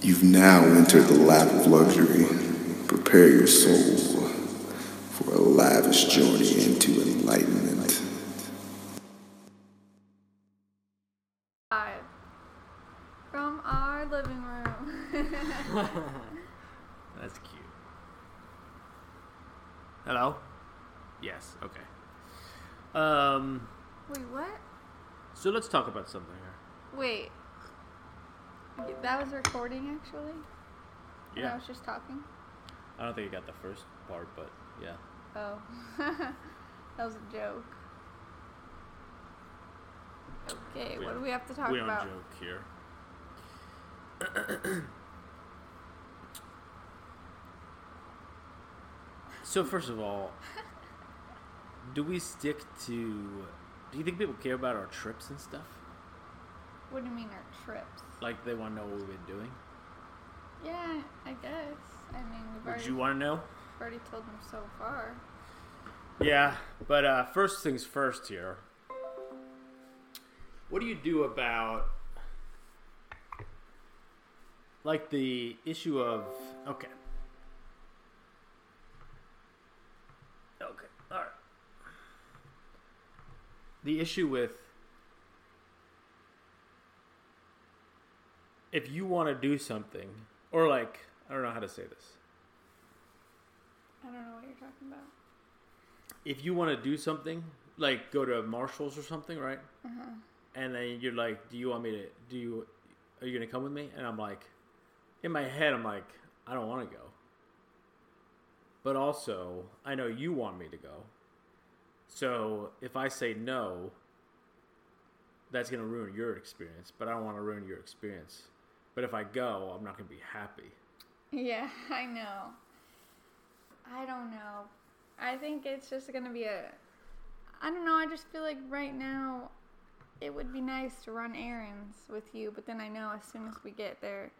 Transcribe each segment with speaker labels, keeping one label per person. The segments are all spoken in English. Speaker 1: You've now entered the lap of luxury. Prepare your soul for a lavish journey into enlightenment.
Speaker 2: Live from our living room.
Speaker 3: That's cute. Hello? Yes, okay. Um,
Speaker 2: Wait, what?
Speaker 3: so let's talk about something here.
Speaker 2: Wait. That was recording actually? And I
Speaker 3: Yeah.
Speaker 2: was just talking?
Speaker 3: I don't think you got the first part, but yeah.
Speaker 2: Oh. that was a joke. Okay,
Speaker 3: We
Speaker 2: what
Speaker 3: don't-
Speaker 2: do we have to talk
Speaker 3: we don't
Speaker 2: about?
Speaker 3: joke here. so first of all, do we stick to do you think people care about our trips and stuff?
Speaker 2: What do you mean our trips?
Speaker 3: Like they want to know what we've been doing?
Speaker 2: Yeah, I guess. I mean, we've
Speaker 3: Would
Speaker 2: already,
Speaker 3: you want to know?
Speaker 2: already told them so far.
Speaker 3: Yeah, but uh, first things first here. What do you do about like the issue of okay. Okay. All right. The issue with if you want to do something or like I don't know how to say this.
Speaker 2: I don't know what you're talking about.
Speaker 3: if you want to do something, like go to Marshalls or something, right?
Speaker 2: Uh-huh.
Speaker 3: And then you're like, "Do you want me to? Do you? Are you gonna come with me?" And I'm like, in my head, I'm like, I don't want to go. But also, I know you want me to go. So if I say no, that's gonna ruin your experience. But I don't want to ruin your experience. But if I go, I'm not gonna be happy.
Speaker 2: Yeah, I know. I don't know. I think it's just gonna be a. I don't know. I just feel like right now, it would be nice to run errands with you, but then I know as soon as we get there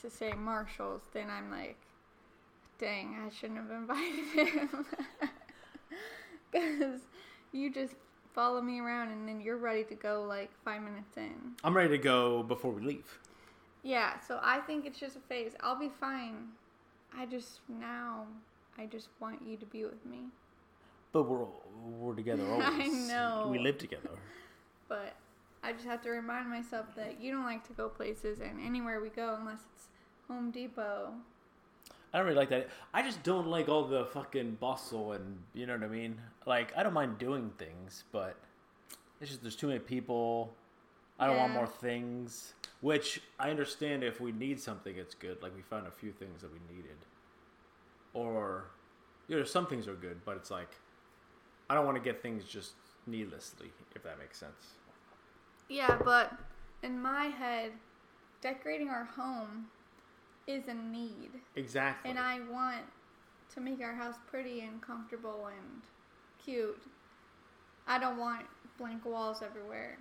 Speaker 2: to say Marshalls, then I'm like, dang, I shouldn't have invited him. Because you just follow me around and then you're ready to go like five minutes in.
Speaker 3: I'm ready to go before we leave.
Speaker 2: Yeah, so I think it's just a phase. I'll be fine. I just now I just want you to be with me.
Speaker 3: But we're we're together always.
Speaker 2: I know.
Speaker 3: We live together.
Speaker 2: But I just have to remind myself that you don't like to go places and anywhere we go unless it's Home Depot.
Speaker 3: I don't really like that. I just don't like all the fucking bustle and you know what I mean. Like I don't mind doing things, but it's just there's too many people. I don't want
Speaker 2: Yeah.
Speaker 3: more things. Which I understand if we need something, it's good. Like we found a few things that we needed, or you know, some things are good, but it's like I don't want to get things just needlessly. If that makes sense.
Speaker 2: Yeah, but in my head, decorating our home is a need.
Speaker 3: Exactly.
Speaker 2: And I want to make our house pretty and comfortable and cute. I don't want blank walls everywhere.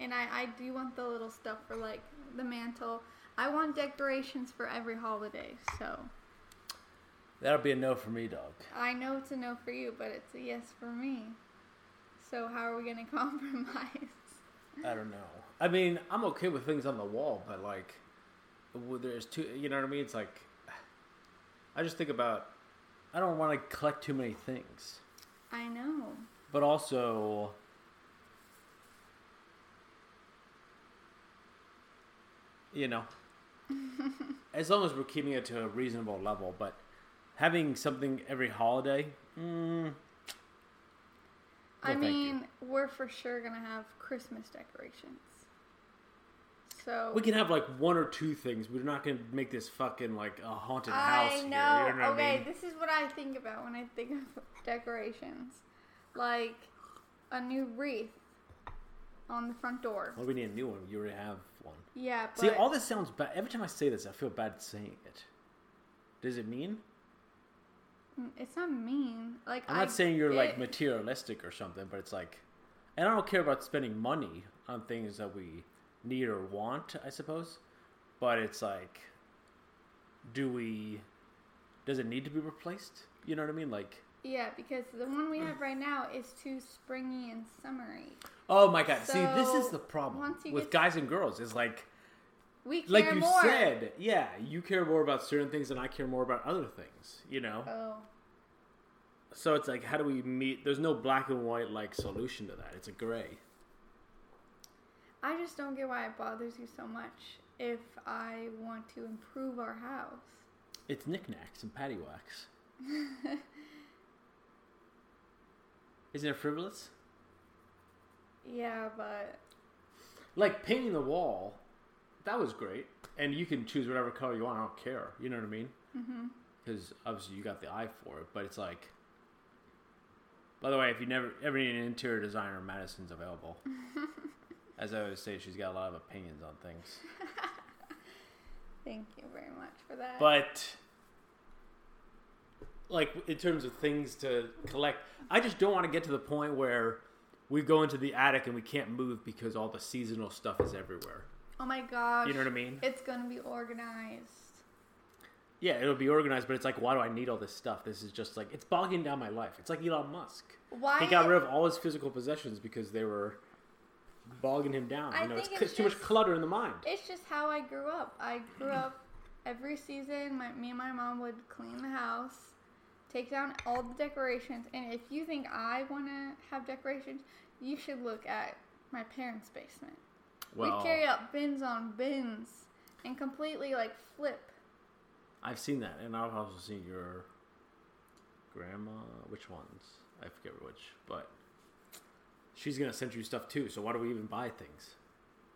Speaker 2: And I, I do want the little stuff for like the mantle. I want decorations for every holiday. So
Speaker 3: That'll be a no for me, dog.
Speaker 2: I know it's a no for you, but it's a yes for me. So how are we going to compromise?
Speaker 3: I don't know. I mean, I'm okay with things on the wall, but like, w- there's two. You know what I mean? It's like, I just think about. I don't want to collect too many things,
Speaker 2: I know.
Speaker 3: but also. You know, as long as we're keeping it to a reasonable level, but having something every holiday, mm,
Speaker 2: I
Speaker 3: No, thank you.
Speaker 2: mean, we're for sure going to have Christmas decorations. So
Speaker 3: we can have like one or two things. We're not going to make this fucking like a haunted house.
Speaker 2: I know.
Speaker 3: Here, you know what
Speaker 2: okay,
Speaker 3: I mean?
Speaker 2: this is what I think about when I think of decorations, like a new wreath on the front door.
Speaker 3: Well, we need a new one. You already have one.
Speaker 2: Yeah, but
Speaker 3: See, all this sounds bad. Every time I say this, I feel bad saying it. Does it mean?
Speaker 2: Mm, it's not mean. Like
Speaker 3: I'm
Speaker 2: I
Speaker 3: not saying you're like
Speaker 2: get-
Speaker 3: materialistic or something, but it's like, and I don't care about spending money on things that we need or want, I suppose. But it's like, do we? Does it need to be replaced? You know what I mean? Like,
Speaker 2: yeah, because the one we
Speaker 3: Mm.
Speaker 2: have right now is too springy and summery.
Speaker 3: oh my god! See, this is
Speaker 2: So,
Speaker 3: the problem
Speaker 2: once you
Speaker 3: with
Speaker 2: get-
Speaker 3: guys and girls. Is like,
Speaker 2: We care
Speaker 3: like you
Speaker 2: more.
Speaker 3: said, yeah, you care more about certain things and I care more about other things, you know?
Speaker 2: Oh,
Speaker 3: So it's like, how do we meet? There's no black and white like solution to that. It's a gray.
Speaker 2: I just don't get why it bothers you so much if I want to improve our house.
Speaker 3: It's knickknacks and paddywhacks. Isn't it frivolous?
Speaker 2: Yeah, but
Speaker 3: Like painting the wall, that was great. And you can choose whatever color you want. I don't care. You know what I mean? Because obviously you got the eye for it. But it's like, by the way, if you never ever need an interior designer, Madison's available. As I always say, she's got a lot of opinions on things.
Speaker 2: thank you very much for that.
Speaker 3: But like in terms of things to collect, I just don't want to get to the point where we go into the attic and we can't move because all the seasonal stuff is everywhere.
Speaker 2: oh my gosh.
Speaker 3: You know what I mean?
Speaker 2: It's gonna be organized.
Speaker 3: Yeah, it'll be organized, but it's like, why do I need all this stuff? This is just like it's bogging down my life. It's like Elon Musk.
Speaker 2: Why?
Speaker 3: He got rid of all his physical possessions because they were bogging him down.
Speaker 2: I
Speaker 3: you know, it's,
Speaker 2: think
Speaker 3: c-
Speaker 2: it's
Speaker 3: too much
Speaker 2: just-
Speaker 3: clutter in the mind.
Speaker 2: It's just how I grew up. I grew up every season. My, me and my mom would clean the house, take down all the decorations. And if you think I want to have decorations, you should look at my parents' basement. we carry out bins on bins and completely like flip.
Speaker 3: I've seen that, and I've also seen your grandma. Which ones? I forget which, but she's gonna send you stuff too. So why do we even buy things?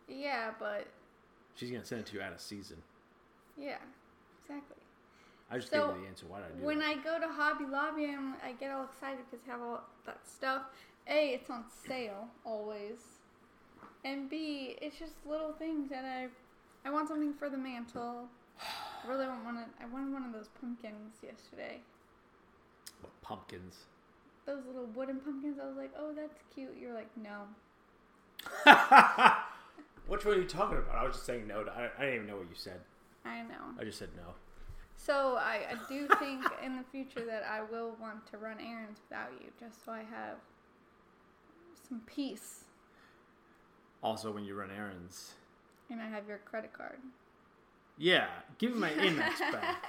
Speaker 2: Yeah, but
Speaker 3: She's gonna send it to you out of season.
Speaker 2: yeah, exactly.
Speaker 3: I just
Speaker 2: So,
Speaker 3: gave you the answer. Why did I do
Speaker 2: When
Speaker 3: that?
Speaker 2: I go to Hobby Lobby, and I get all excited because I have all that stuff. A, it's on sale always, and B, it's just little things that I, I want something for the mantle. I really want one. Of, I wanted one of those pumpkins yesterday.
Speaker 3: What, pumpkins.
Speaker 2: Those little wooden pumpkins. I was like, oh, that's cute. You're like, no.
Speaker 3: Which one are you talking about? I was just saying no. To, I, I didn't even know what you said.
Speaker 2: I know.
Speaker 3: I just said no.
Speaker 2: So I, I do think in the future that I will want to run errands without you, just so I have some peace,
Speaker 3: Also, when you run errands,
Speaker 2: and I have your credit card.
Speaker 3: yeah, give me my Amex back.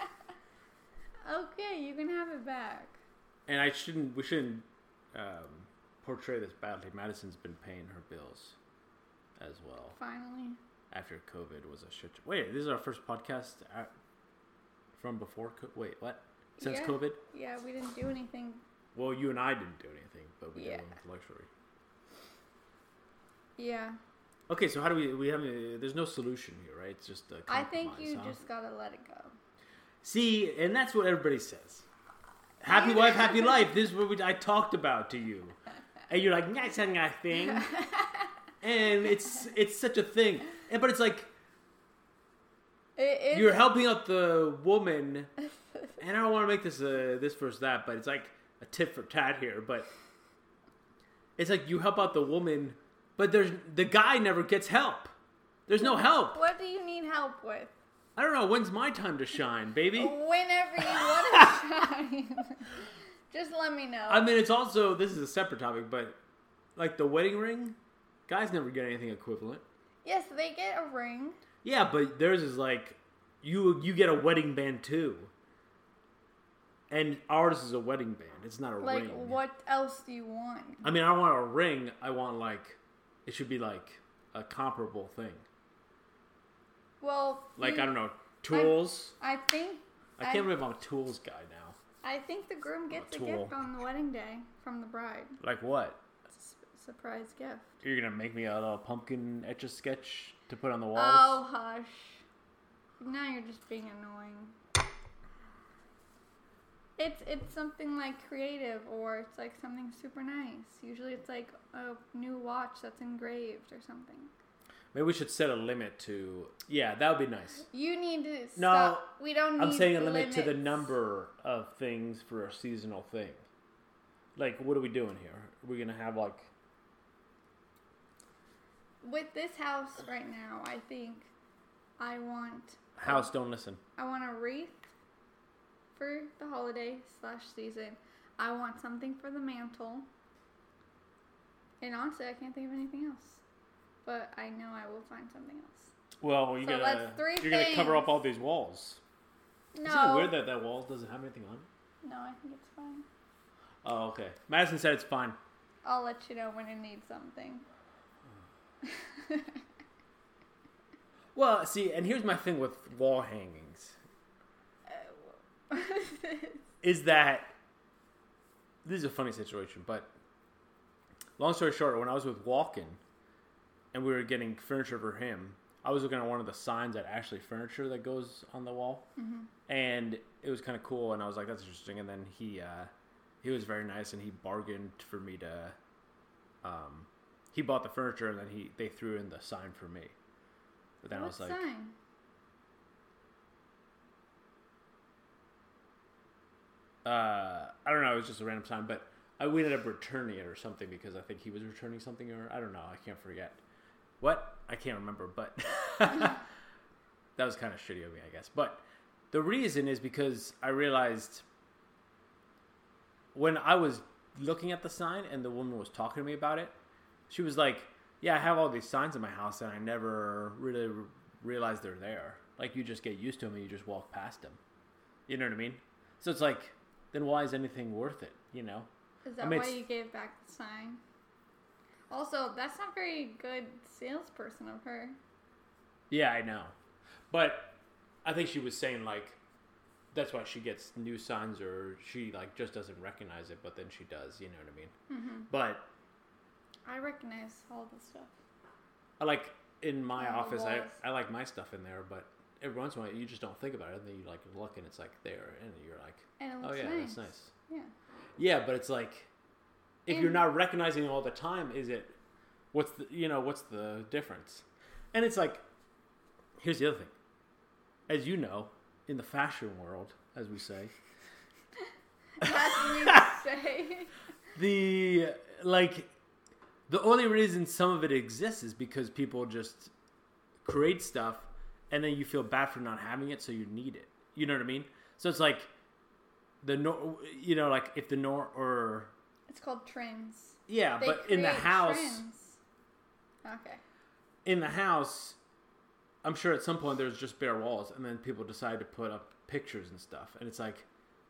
Speaker 2: Okay, you can have it back.
Speaker 3: And I shouldn't. We shouldn't um, portray this badly. Madison's been paying her bills as well.
Speaker 2: Finally.
Speaker 3: after COVID was a shit. show. Wait, this is our first podcast uh, from before. Co- wait, what? Since
Speaker 2: Yeah.
Speaker 3: COVID?
Speaker 2: Yeah, we didn't do anything.
Speaker 3: Well, you and I didn't do anything, but we
Speaker 2: Yeah.
Speaker 3: did with luxury.
Speaker 2: Yeah.
Speaker 3: Okay, so how do we? We have. uh, There's no solution here, right? It's just a
Speaker 2: I think
Speaker 3: compromise,
Speaker 2: you
Speaker 3: huh?
Speaker 2: just gotta let it go.
Speaker 3: see, and that's what everybody says. Happy wife, happy life. This is what we, I talked about to you, and you're like, that's not a thing, and it's it's such a thing, and, but it's like.
Speaker 2: It is.
Speaker 3: you're helping out the woman, and I don't want to make this uh, this versus that, but it's like a tit for tat here. But it's like you help out the woman, but there's the guy never gets help. There's no help.
Speaker 2: What do you need help with?
Speaker 3: I don't know. When's my time to shine, baby?
Speaker 2: Whenever you want to shine. Just let me know.
Speaker 3: I mean, it's also this is a separate topic, but like the wedding ring, guys never get anything equivalent.
Speaker 2: yes, they get a ring.
Speaker 3: Yeah, but theirs is like you you get a wedding band too. And ours is a wedding band. It's not a
Speaker 2: Like,
Speaker 3: ring.
Speaker 2: what else do you want?
Speaker 3: I mean, I don't want a ring. I want like it should be like a comparable thing.
Speaker 2: Well,
Speaker 3: Like
Speaker 2: you-
Speaker 3: I don't know tools.
Speaker 2: I think.
Speaker 3: I, can't believe I'm a tools guy now.
Speaker 2: I think the groom gets a
Speaker 3: tool.
Speaker 2: gift on the wedding day from the bride.
Speaker 3: Like what?
Speaker 2: It's a su- surprise gift.
Speaker 3: You're gonna make me a little pumpkin etch a sketch to put on the walls.
Speaker 2: Oh, hush. Now you're just being annoying. It's it's something like creative or it's like something super nice. Usually it's like a new watch that's engraved or something.
Speaker 3: Maybe we should set a limit to. Yeah, that would be nice.
Speaker 2: You need to stop.
Speaker 3: No,
Speaker 2: we don't need
Speaker 3: I'm saying a limit to the
Speaker 2: limits.
Speaker 3: number of things for a seasonal thing. Like, what are we doing here? Are we gonna have like?
Speaker 2: With this house right now, I think I want
Speaker 3: House, don't listen.
Speaker 2: I want a wreath for the holiday slash season. I want something for the mantle. And honestly, I can't think of anything else. But I know I will find something else.
Speaker 3: Well, you're
Speaker 2: So
Speaker 3: gonna
Speaker 2: that's three
Speaker 3: you're gonna cover
Speaker 2: things.
Speaker 3: up all these walls. Isn't it
Speaker 2: No.
Speaker 3: weird that that wall doesn't have anything on it?
Speaker 2: No, I think it's fine.
Speaker 3: Oh, okay. Madison said it's fine.
Speaker 2: I'll let you know when I need something.
Speaker 3: Well, see, and here's my thing with wall hangings is that this is a funny situation, but long story short, when I was with Walken and we were getting furniture for him, I was looking at one of the signs at Ashley Furniture that goes on the wall,
Speaker 2: Mm-hmm.
Speaker 3: and it was kind of cool, and I was like, "That's interesting." And then he uh, he was very nice, and he bargained for me to. Um, he bought the furniture, and then he they threw in the sign for me. But then
Speaker 2: what
Speaker 3: I was like,
Speaker 2: sign?
Speaker 3: uh, I don't know. It was just a random sign, but I, we ended up returning it or something because I think he was returning something or I don't know. I can't forget. What? I can't remember, but that was kind of shitty of me, I guess. But the reason is because I realized when I was looking at the sign and the woman was talking to me about it, she was like, "Yeah, I have all these signs in my house and I never really re- realized they're there. Like you just get used to them and you just walk past them. You know what I mean? So it's like, then why is anything worth it? You know?
Speaker 2: Is that
Speaker 3: mean,
Speaker 2: why
Speaker 3: it's-
Speaker 2: you gave back the sign? Also, that's not very good salesperson of her.
Speaker 3: Yeah, I know. But I think she was saying like that's why she gets new signs or she like just doesn't recognize it, but then she does, you know what I mean? But
Speaker 2: I recognize all the stuff.
Speaker 3: I like in my
Speaker 2: On the
Speaker 3: office I,
Speaker 2: walls.
Speaker 3: I like my stuff in there, but every once in a while you just don't think about it and then you like look and it's like there and you're like
Speaker 2: And it
Speaker 3: Oh
Speaker 2: looks
Speaker 3: yeah,
Speaker 2: nice.
Speaker 3: that's nice.
Speaker 2: Yeah.
Speaker 3: Yeah, but it's like if you're
Speaker 2: And-
Speaker 3: not recognizing it all the time, is it what's the you know, what's the difference? And it's like here's the other thing. As you know, in the fashion world, as we say,
Speaker 2: That's what you say.
Speaker 3: the like the only reason some of it exists is because people just create stuff and then you feel bad for not having it so you need it you know what i mean so it's like the nor you know like if the nor or
Speaker 2: It's called trends.
Speaker 3: yeah
Speaker 2: They
Speaker 3: but in the
Speaker 2: create
Speaker 3: house
Speaker 2: trends. Okay.
Speaker 3: in the house i'm sure at some point there's just bare walls and then people decide to put up pictures and stuff and it's like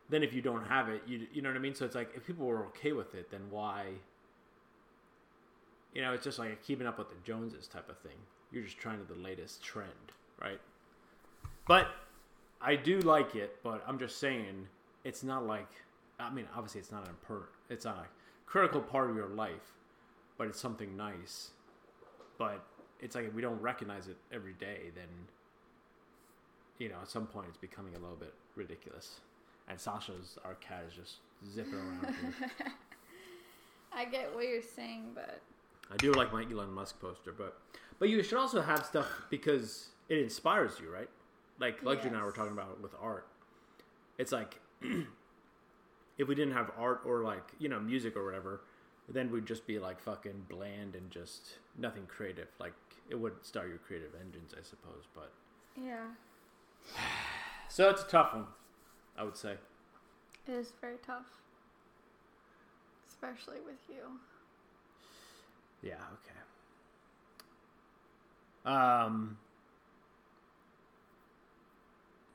Speaker 3: then if you don't have it you, you know what i mean so it's like if people were okay with it then why you know it's just like a keeping up with the joneses type of thing you're just trying to the latest trend right but i do like it but i'm just saying it's not like i mean obviously it's not an important it's not a critical part of your life but it's something nice but it's like if we don't recognize it every day, then you know at some point it's becoming a little bit ridiculous. And Sasha's our cat is just zipping around. here.
Speaker 2: I get what you're saying, but
Speaker 3: I do like my Elon Musk poster, but but you should also have stuff because it inspires you, right? Like luxury and I were
Speaker 2: Yes.
Speaker 3: talking about with art. It's like if we didn't have art or like you know music or whatever, then we'd just be like fucking bland and just nothing creative. Like it would start your creative engines, I suppose. But
Speaker 2: yeah,
Speaker 3: so it's a tough one, I would say.
Speaker 2: it is very tough, especially with you.
Speaker 3: Yeah. Okay. Um.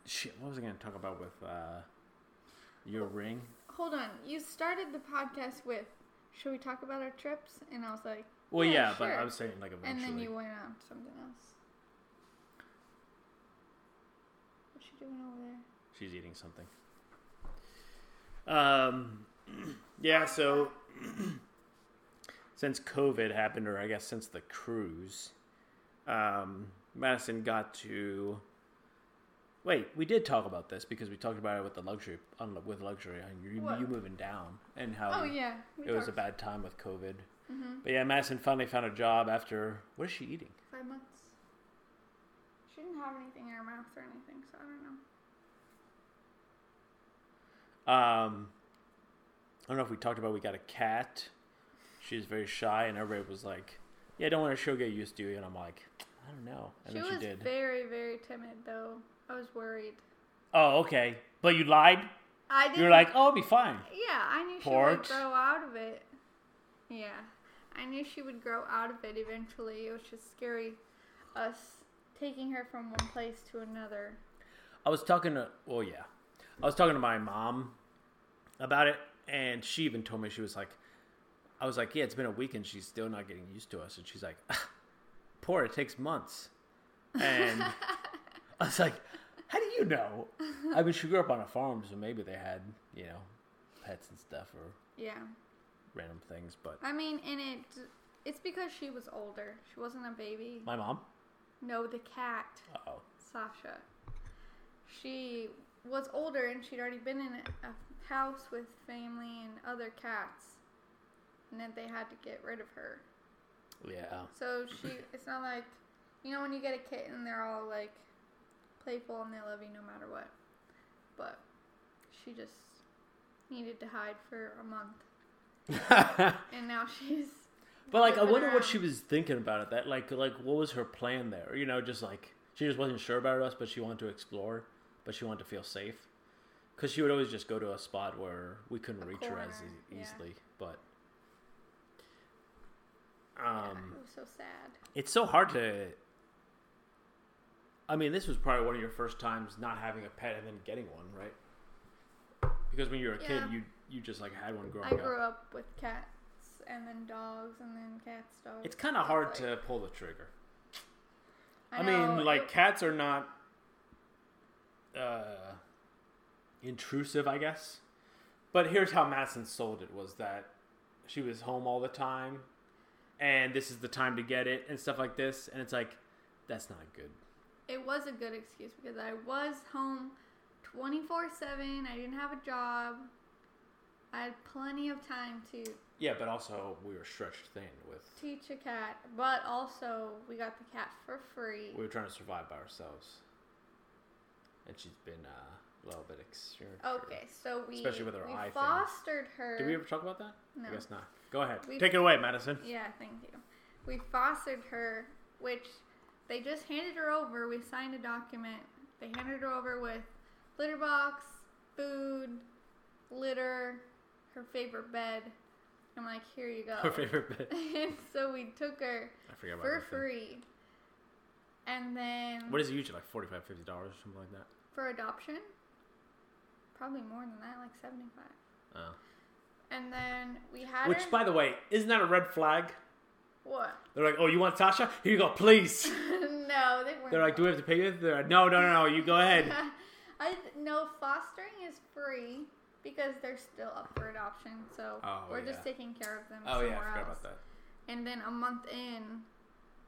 Speaker 3: Shit. What was I going to talk about with uh, your ring?
Speaker 2: Hold on, you started the podcast with, "Should we talk about our trips?" And I was like,
Speaker 3: Well, yeah,
Speaker 2: Yeah,
Speaker 3: but I
Speaker 2: sure.
Speaker 3: was saying like
Speaker 2: and
Speaker 3: eventually.
Speaker 2: then you went on to something else. What's she doing over there?
Speaker 3: She's eating something. Um, yeah, so since COVID happened, or I guess since the cruise, um, Madison got to. Wait, we did talk about this because we talked about it with the luxury on, with luxury on you,
Speaker 2: What?
Speaker 3: you moving down and how
Speaker 2: Oh yeah, we
Speaker 3: Um, it was a
Speaker 2: talked Mm-hmm.
Speaker 3: bad time with COVID. But yeah, Madison finally found a job after. What is she eating?
Speaker 2: five months. She didn't have anything in her mouth or anything, so I don't know.
Speaker 3: Um, I don't know if we talked about we got a cat. She's very shy, and everybody was like, "Yeah, don't let her get used to you." And I'm like, "I don't know." And
Speaker 2: she
Speaker 3: then she
Speaker 2: was
Speaker 3: did.
Speaker 2: very, very timid though. I was worried.
Speaker 3: oh, okay. But you lied.
Speaker 2: I didn't.
Speaker 3: You're like, "Oh, it'll be fine."
Speaker 2: Yeah, I knew
Speaker 3: Port.
Speaker 2: she would grow out of it. Yeah, I knew she would grow out of it eventually. It was just scary, us taking her from one place to another.
Speaker 3: I was talking to, well, yeah, I was talking to my mom about it, and she even told me she was like, I was like, yeah, it's been a week, and she's still not getting used to us, and she's like, poor, it takes months, and I was like, how do you know? I mean, she grew up on a farm, so maybe they had, you know, pets and stuff or
Speaker 2: Yeah.
Speaker 3: random things, but
Speaker 2: I mean, and it it's because she was older. She wasn't a baby.
Speaker 3: my mom,
Speaker 2: No, the cat,
Speaker 3: oh,
Speaker 2: Sasha. She was older and she'd already been in a house with family and other cats. And then they had to get rid of her.
Speaker 3: yeah,
Speaker 2: So she it's not like you know when you get a kitten they're all like playful and they love you no matter what. But she just needed to hide for a month.
Speaker 3: uh.
Speaker 2: And now she's
Speaker 3: But like, I
Speaker 2: Flipping
Speaker 3: wonder
Speaker 2: around.
Speaker 3: what she was thinking about it. That like, like, what was her plan there? You know, just like she just wasn't sure about us, but she wanted to explore, but she wanted to feel safe, because she would always just go to a spot where we couldn't reach her as
Speaker 2: corner,
Speaker 3: e-
Speaker 2: yeah.
Speaker 3: easily. But
Speaker 2: God,
Speaker 3: um,
Speaker 2: it was so sad.
Speaker 3: it's so hard to. I mean, this was probably one of your first times not having a pet and then getting one, right? Because when you were a kid,
Speaker 2: Yeah.
Speaker 3: you you just like had one growing
Speaker 2: I grew up with cats and then dogs and then cats, dogs.
Speaker 3: It's kind of hard to pull the trigger. I,
Speaker 2: know,
Speaker 3: mean, like
Speaker 2: it-
Speaker 3: cats are not uh, intrusive, I guess. But here's how Madison sold it: was that she was home all the time, and this is the time to get it, and stuff like this. And it's like, that's not good.
Speaker 2: it was a good excuse because I was home 24 7. I didn't have a job. I had plenty of time to
Speaker 3: Yeah, but also we were stretched thin with
Speaker 2: teach a cat, but also we got the cat for free.
Speaker 3: we were trying to survive by ourselves, and she's been uh, a little bit extreme.
Speaker 2: Okay, so we
Speaker 3: Especially with her
Speaker 2: we
Speaker 3: eye thing.
Speaker 2: fostered her.
Speaker 3: Did we ever talk about that?
Speaker 2: No.
Speaker 3: I guess not. Go ahead,
Speaker 2: We-
Speaker 3: take it away, Madison.
Speaker 2: Yeah, thank you. We fostered her, which they just handed her over. We signed a document. They handed her over with litter box, food, litter, her favorite bed. I'm like, here you go.
Speaker 3: Her favorite bit.
Speaker 2: and so we took her
Speaker 3: I forgot about
Speaker 2: for
Speaker 3: that thing.
Speaker 2: free. And then
Speaker 3: What is it usually like 45 50 dollars or something like that?
Speaker 2: for adoption, probably more than that, like 75.
Speaker 3: Oh.
Speaker 2: And then we had
Speaker 3: Which,
Speaker 2: her.
Speaker 3: by the way, isn't that a red flag?
Speaker 2: what?
Speaker 3: They're like, "Oh, you want Sasha? Here you go, please."
Speaker 2: no, they weren't.
Speaker 3: They're like, "Do we have to pay you?" They're like, "No, no, no, no. You go ahead."
Speaker 2: I no fostering is free because they're still up for adoption, so
Speaker 3: Oh,
Speaker 2: we're just
Speaker 3: yeah.
Speaker 2: taking care of them.
Speaker 3: oh
Speaker 2: somewhere
Speaker 3: yeah, I forgot
Speaker 2: else.
Speaker 3: about that.
Speaker 2: And then a month in,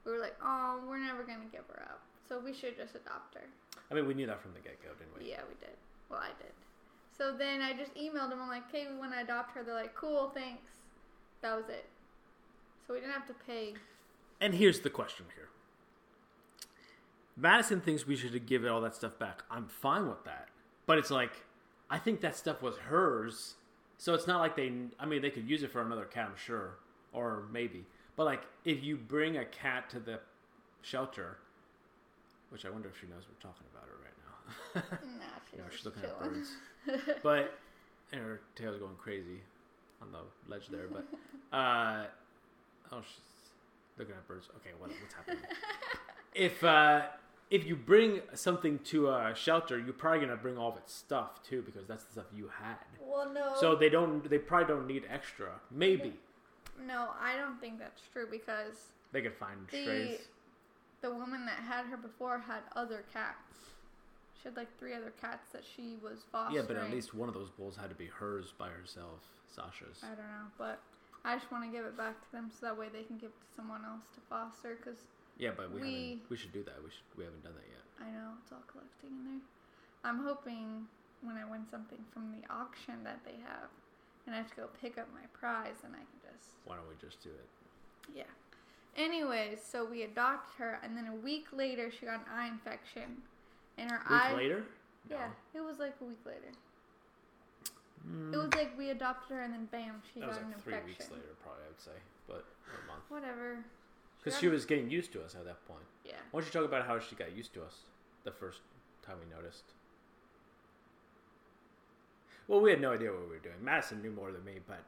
Speaker 2: we were like, oh, we're never gonna give her up, so we should just adopt her.
Speaker 3: I mean, we knew that from the get go, didn't we?
Speaker 2: Yeah, we did. Well, I did. So then I just emailed them. I'm like, hey, we want to adopt her. They're like, cool, thanks. That was it. So we didn't have to pay.
Speaker 3: And here's the question here. Madison thinks we should give all that stuff back. I'm fine with that, but it's like, I think that stuff was hers, so it's not like they. I mean, they could use it for another cat, I'm sure, or maybe. But like, if you bring a cat to the shelter, which I wonder if she knows we're talking about her right now.
Speaker 2: Nah, she's,
Speaker 3: you know,
Speaker 2: just
Speaker 3: she's looking at
Speaker 2: chilling.
Speaker 3: birds, but and her tail's going crazy on the ledge there. But uh, oh, she's looking at birds. Okay, what, what's happening? if uh, if you bring something to a shelter, you're probably gonna bring all of its stuff too, because that's the stuff you had.
Speaker 2: Well, no.
Speaker 3: So they don't. They probably don't need extra. Maybe
Speaker 2: no, I don't think that's true because
Speaker 3: they could find
Speaker 2: The-
Speaker 3: strays.
Speaker 2: the woman that had her before had other cats. She had like three other cats that she was fostering.
Speaker 3: Yeah, but at least one of those bulls had to be hers by herself, Sasha's.
Speaker 2: I don't know, but I just want to give it back to them so that way they can give it to someone else to foster. Cause
Speaker 3: Yeah, but we
Speaker 2: we-
Speaker 3: haven't, we should do that. We should we haven't done that yet.
Speaker 2: I know it's all collecting in there. I'm hoping when I win something from the auction that they have, and I have to go pick up my prize, and I can just
Speaker 3: Why don't we just do it?
Speaker 2: Yeah. Anyways, so we adopted her, and then a week later she got an eye infection, and her
Speaker 3: Week
Speaker 2: eye.
Speaker 3: later. No. Mm.
Speaker 2: Yeah, it was like a week later. It was like we adopted her, and then bam, she
Speaker 3: That
Speaker 2: got
Speaker 3: was
Speaker 2: an
Speaker 3: like three
Speaker 2: infection.
Speaker 3: weeks later, probably I would say, but or a month.
Speaker 2: Whatever.
Speaker 3: Because
Speaker 2: got
Speaker 3: she
Speaker 2: an-
Speaker 3: was getting used to us at that point.
Speaker 2: Yeah.
Speaker 3: Why don't you talk about how she got used to us the first time we noticed? Well, we had no idea what we were doing. Madison knew more than me, but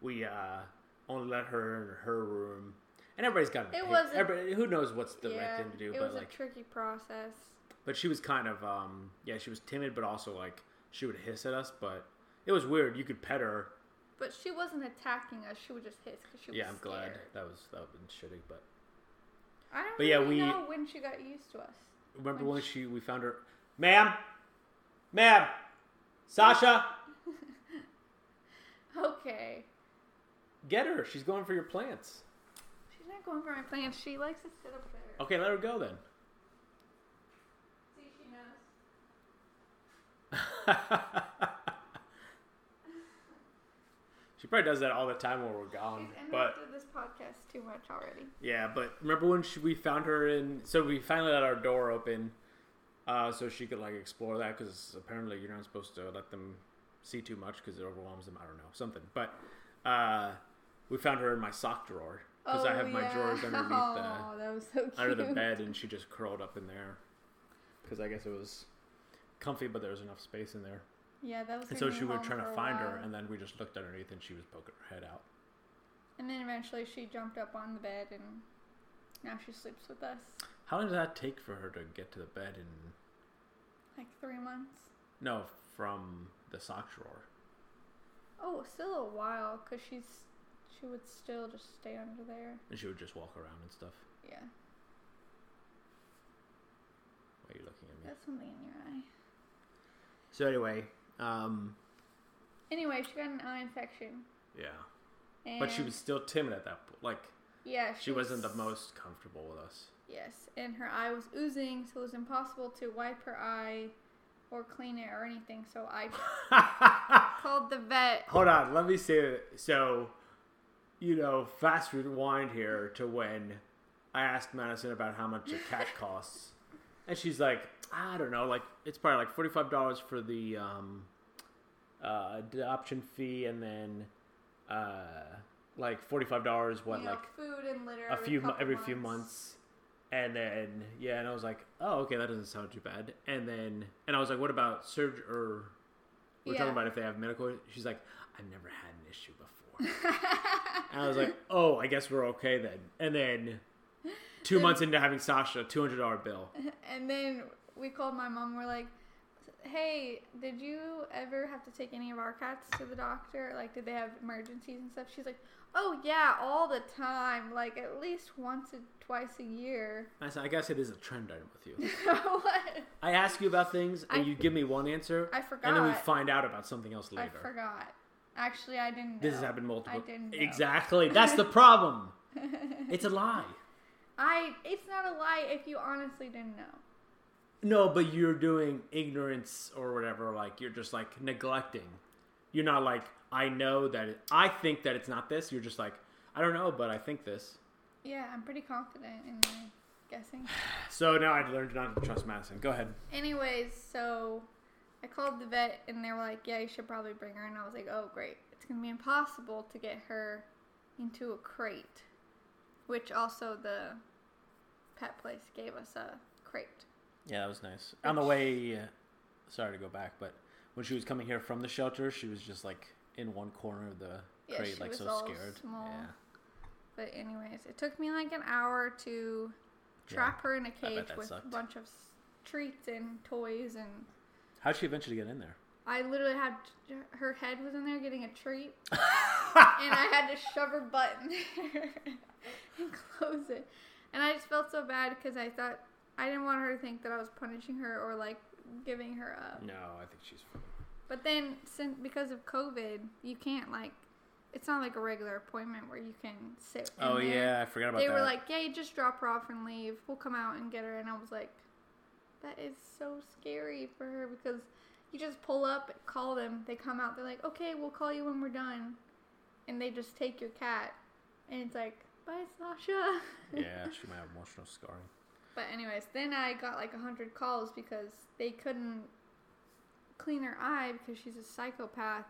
Speaker 3: we uh, only let her in her room, and everybody's got. an
Speaker 2: It
Speaker 3: opinion.
Speaker 2: wasn't-
Speaker 3: Everybody, who knows what's the
Speaker 2: yeah,
Speaker 3: right thing to do,
Speaker 2: it
Speaker 3: but
Speaker 2: was
Speaker 3: like,
Speaker 2: a tricky process.
Speaker 3: but she was kind of, um, yeah, she was timid, but also like she would hiss at us, but it was weird. You could pet her.
Speaker 2: But she wasn't attacking us. She would just hiss because she was
Speaker 3: yeah, I'm glad
Speaker 2: scared.
Speaker 3: that was that was shitty, but
Speaker 2: I don't
Speaker 3: But yeah,
Speaker 2: really
Speaker 3: we-
Speaker 2: know when she got used to us.
Speaker 3: Remember
Speaker 2: When
Speaker 3: when she we found her, ma'am, ma'am, Sasha,
Speaker 2: Okay.
Speaker 3: get her. She's going for your plants.
Speaker 2: She's not going for my plans. She likes to sit up there.
Speaker 3: Okay, let her go then.
Speaker 2: See, she knows.
Speaker 3: she probably does that all the time when we're gone.
Speaker 2: She's
Speaker 3: Um, But
Speaker 2: interrupted this podcast too much already.
Speaker 3: yeah, but remember when she, we found her in? So we finally let our door open, uh, so she could like explore that because apparently you're not supposed to let them see too much because it overwhelms them. I don't know something, but uh, we found her in my sock drawer because I have my drawers underneath the
Speaker 2: Oh, that was so Oh, cute.
Speaker 3: under the bed and she just curled up in there because I guess it was comfy, but there was enough space in there.
Speaker 2: Yeah, that was.
Speaker 3: And
Speaker 2: her
Speaker 3: so she
Speaker 2: new
Speaker 3: was
Speaker 2: home
Speaker 3: trying
Speaker 2: for
Speaker 3: to
Speaker 2: a
Speaker 3: find her,
Speaker 2: while.
Speaker 3: and then we just looked underneath, and she was poking her head out.
Speaker 2: And then eventually she jumped up on the bed, and now she sleeps with us.
Speaker 3: How long did that take for her to get to the bed? And
Speaker 2: Like three months.
Speaker 3: no, from the sock drawer.
Speaker 2: Oh, still a while, cause she's she would still just stay under there.
Speaker 3: And she would just walk around and stuff.
Speaker 2: Yeah,
Speaker 3: Why are you looking at me?
Speaker 2: that's something in your eye.
Speaker 3: So anyway, um,
Speaker 2: Anyway, she got an eye infection.
Speaker 3: yeah.
Speaker 2: And
Speaker 3: But she was still timid at that point. Like
Speaker 2: yeah
Speaker 3: she wasn't the
Speaker 2: was-
Speaker 3: most comfortable with us.
Speaker 2: Yes, and her eye was oozing, so it was impossible to wipe her eye or clean it or anything. So I called the vet.
Speaker 3: Hold on, let me say so. You know, fast rewind here to when I asked Madison about how much a cat costs, and she's like, I don't know, like it's probably like forty five dollars for the um, uh, adoption fee, and then uh, like forty five dollars what
Speaker 2: you know,
Speaker 3: like
Speaker 2: food and litter
Speaker 3: a few mo-
Speaker 2: couple
Speaker 3: every few months and then yeah and i was like oh okay that doesn't sound too bad and then and i was like what about surge or we're
Speaker 2: Yeah.
Speaker 3: talking about if they have medical she's like i've never had an issue before and i was like oh i guess we're okay then and then two months into having sasha a $200 bill
Speaker 2: And then we called my mom. We're like, "Hey, did you ever have to take any of our cats to the doctor? Like, did they have emergencies and stuff?" She's like, "Oh yeah, all the time. Like at least once or twice a year."
Speaker 3: i said i gotta say there's a trend item with you
Speaker 2: what?
Speaker 3: i ask you about things and
Speaker 2: I-
Speaker 3: you give me one answer
Speaker 2: I
Speaker 3: and then we
Speaker 2: forgot.
Speaker 3: find out about something else
Speaker 2: I
Speaker 3: later
Speaker 2: forgot. Actually, I didn't. Know.
Speaker 3: this has happened multiple
Speaker 2: I didn't. know.
Speaker 3: exactly that's the problem it's a lie
Speaker 2: I. It's not a lie if you honestly didn't know.
Speaker 3: No, but you're doing ignorance or whatever. Like you're just like neglecting. You're not like I know that it, I think that it's not this. You're just like I don't know, but I think this.
Speaker 2: Yeah, I'm pretty confident in my guessing.
Speaker 3: So now I learned not to trust Madison. Go ahead.
Speaker 2: Anyways, so I called the vet and they were like, "Yeah, you should probably bring her." And I was like, "Oh, great! It's gonna be impossible to get her into a crate," which also the pet place gave us a crate.
Speaker 3: Yeah, that was nice. On the way, uh, sorry to go back, but when she was coming here from the shelter, she was just like in one corner of the
Speaker 2: Yeah,
Speaker 3: crate,
Speaker 2: she
Speaker 3: like
Speaker 2: was
Speaker 3: so
Speaker 2: all
Speaker 3: scared.
Speaker 2: small.
Speaker 3: Yeah,
Speaker 2: But anyways, it took me like an hour to trap her in a cage
Speaker 3: that
Speaker 2: with a
Speaker 3: sucked.
Speaker 2: bunch of s- treats and toys and.
Speaker 3: how'd she eventually get in there?
Speaker 2: I literally had her head was in there getting a treat, and I had to shove her butt in there and close it. And I just felt so bad because I thought I didn't want her to think that I was punishing her or like giving her up.
Speaker 3: No, I think she's fine.
Speaker 2: But then, since because of COVID, you can't like it's not like a regular appointment where you can sit. in
Speaker 3: Oh
Speaker 2: there.
Speaker 3: yeah, I forgot about
Speaker 2: they
Speaker 3: that.
Speaker 2: were like, "Yeah, you just drop her off and leave. We'll come out and get her." And I was like, "That is so scary for her because you just pull up, call them, they come out. They're like, "Okay, we'll call you when we're done," and they just take your cat, and it's like, "Bye, Sasha."
Speaker 3: yeah, she might have emotional scarring.
Speaker 2: But anyways, then I got like a hundred calls because they couldn't clean her eye because she's a psychopath,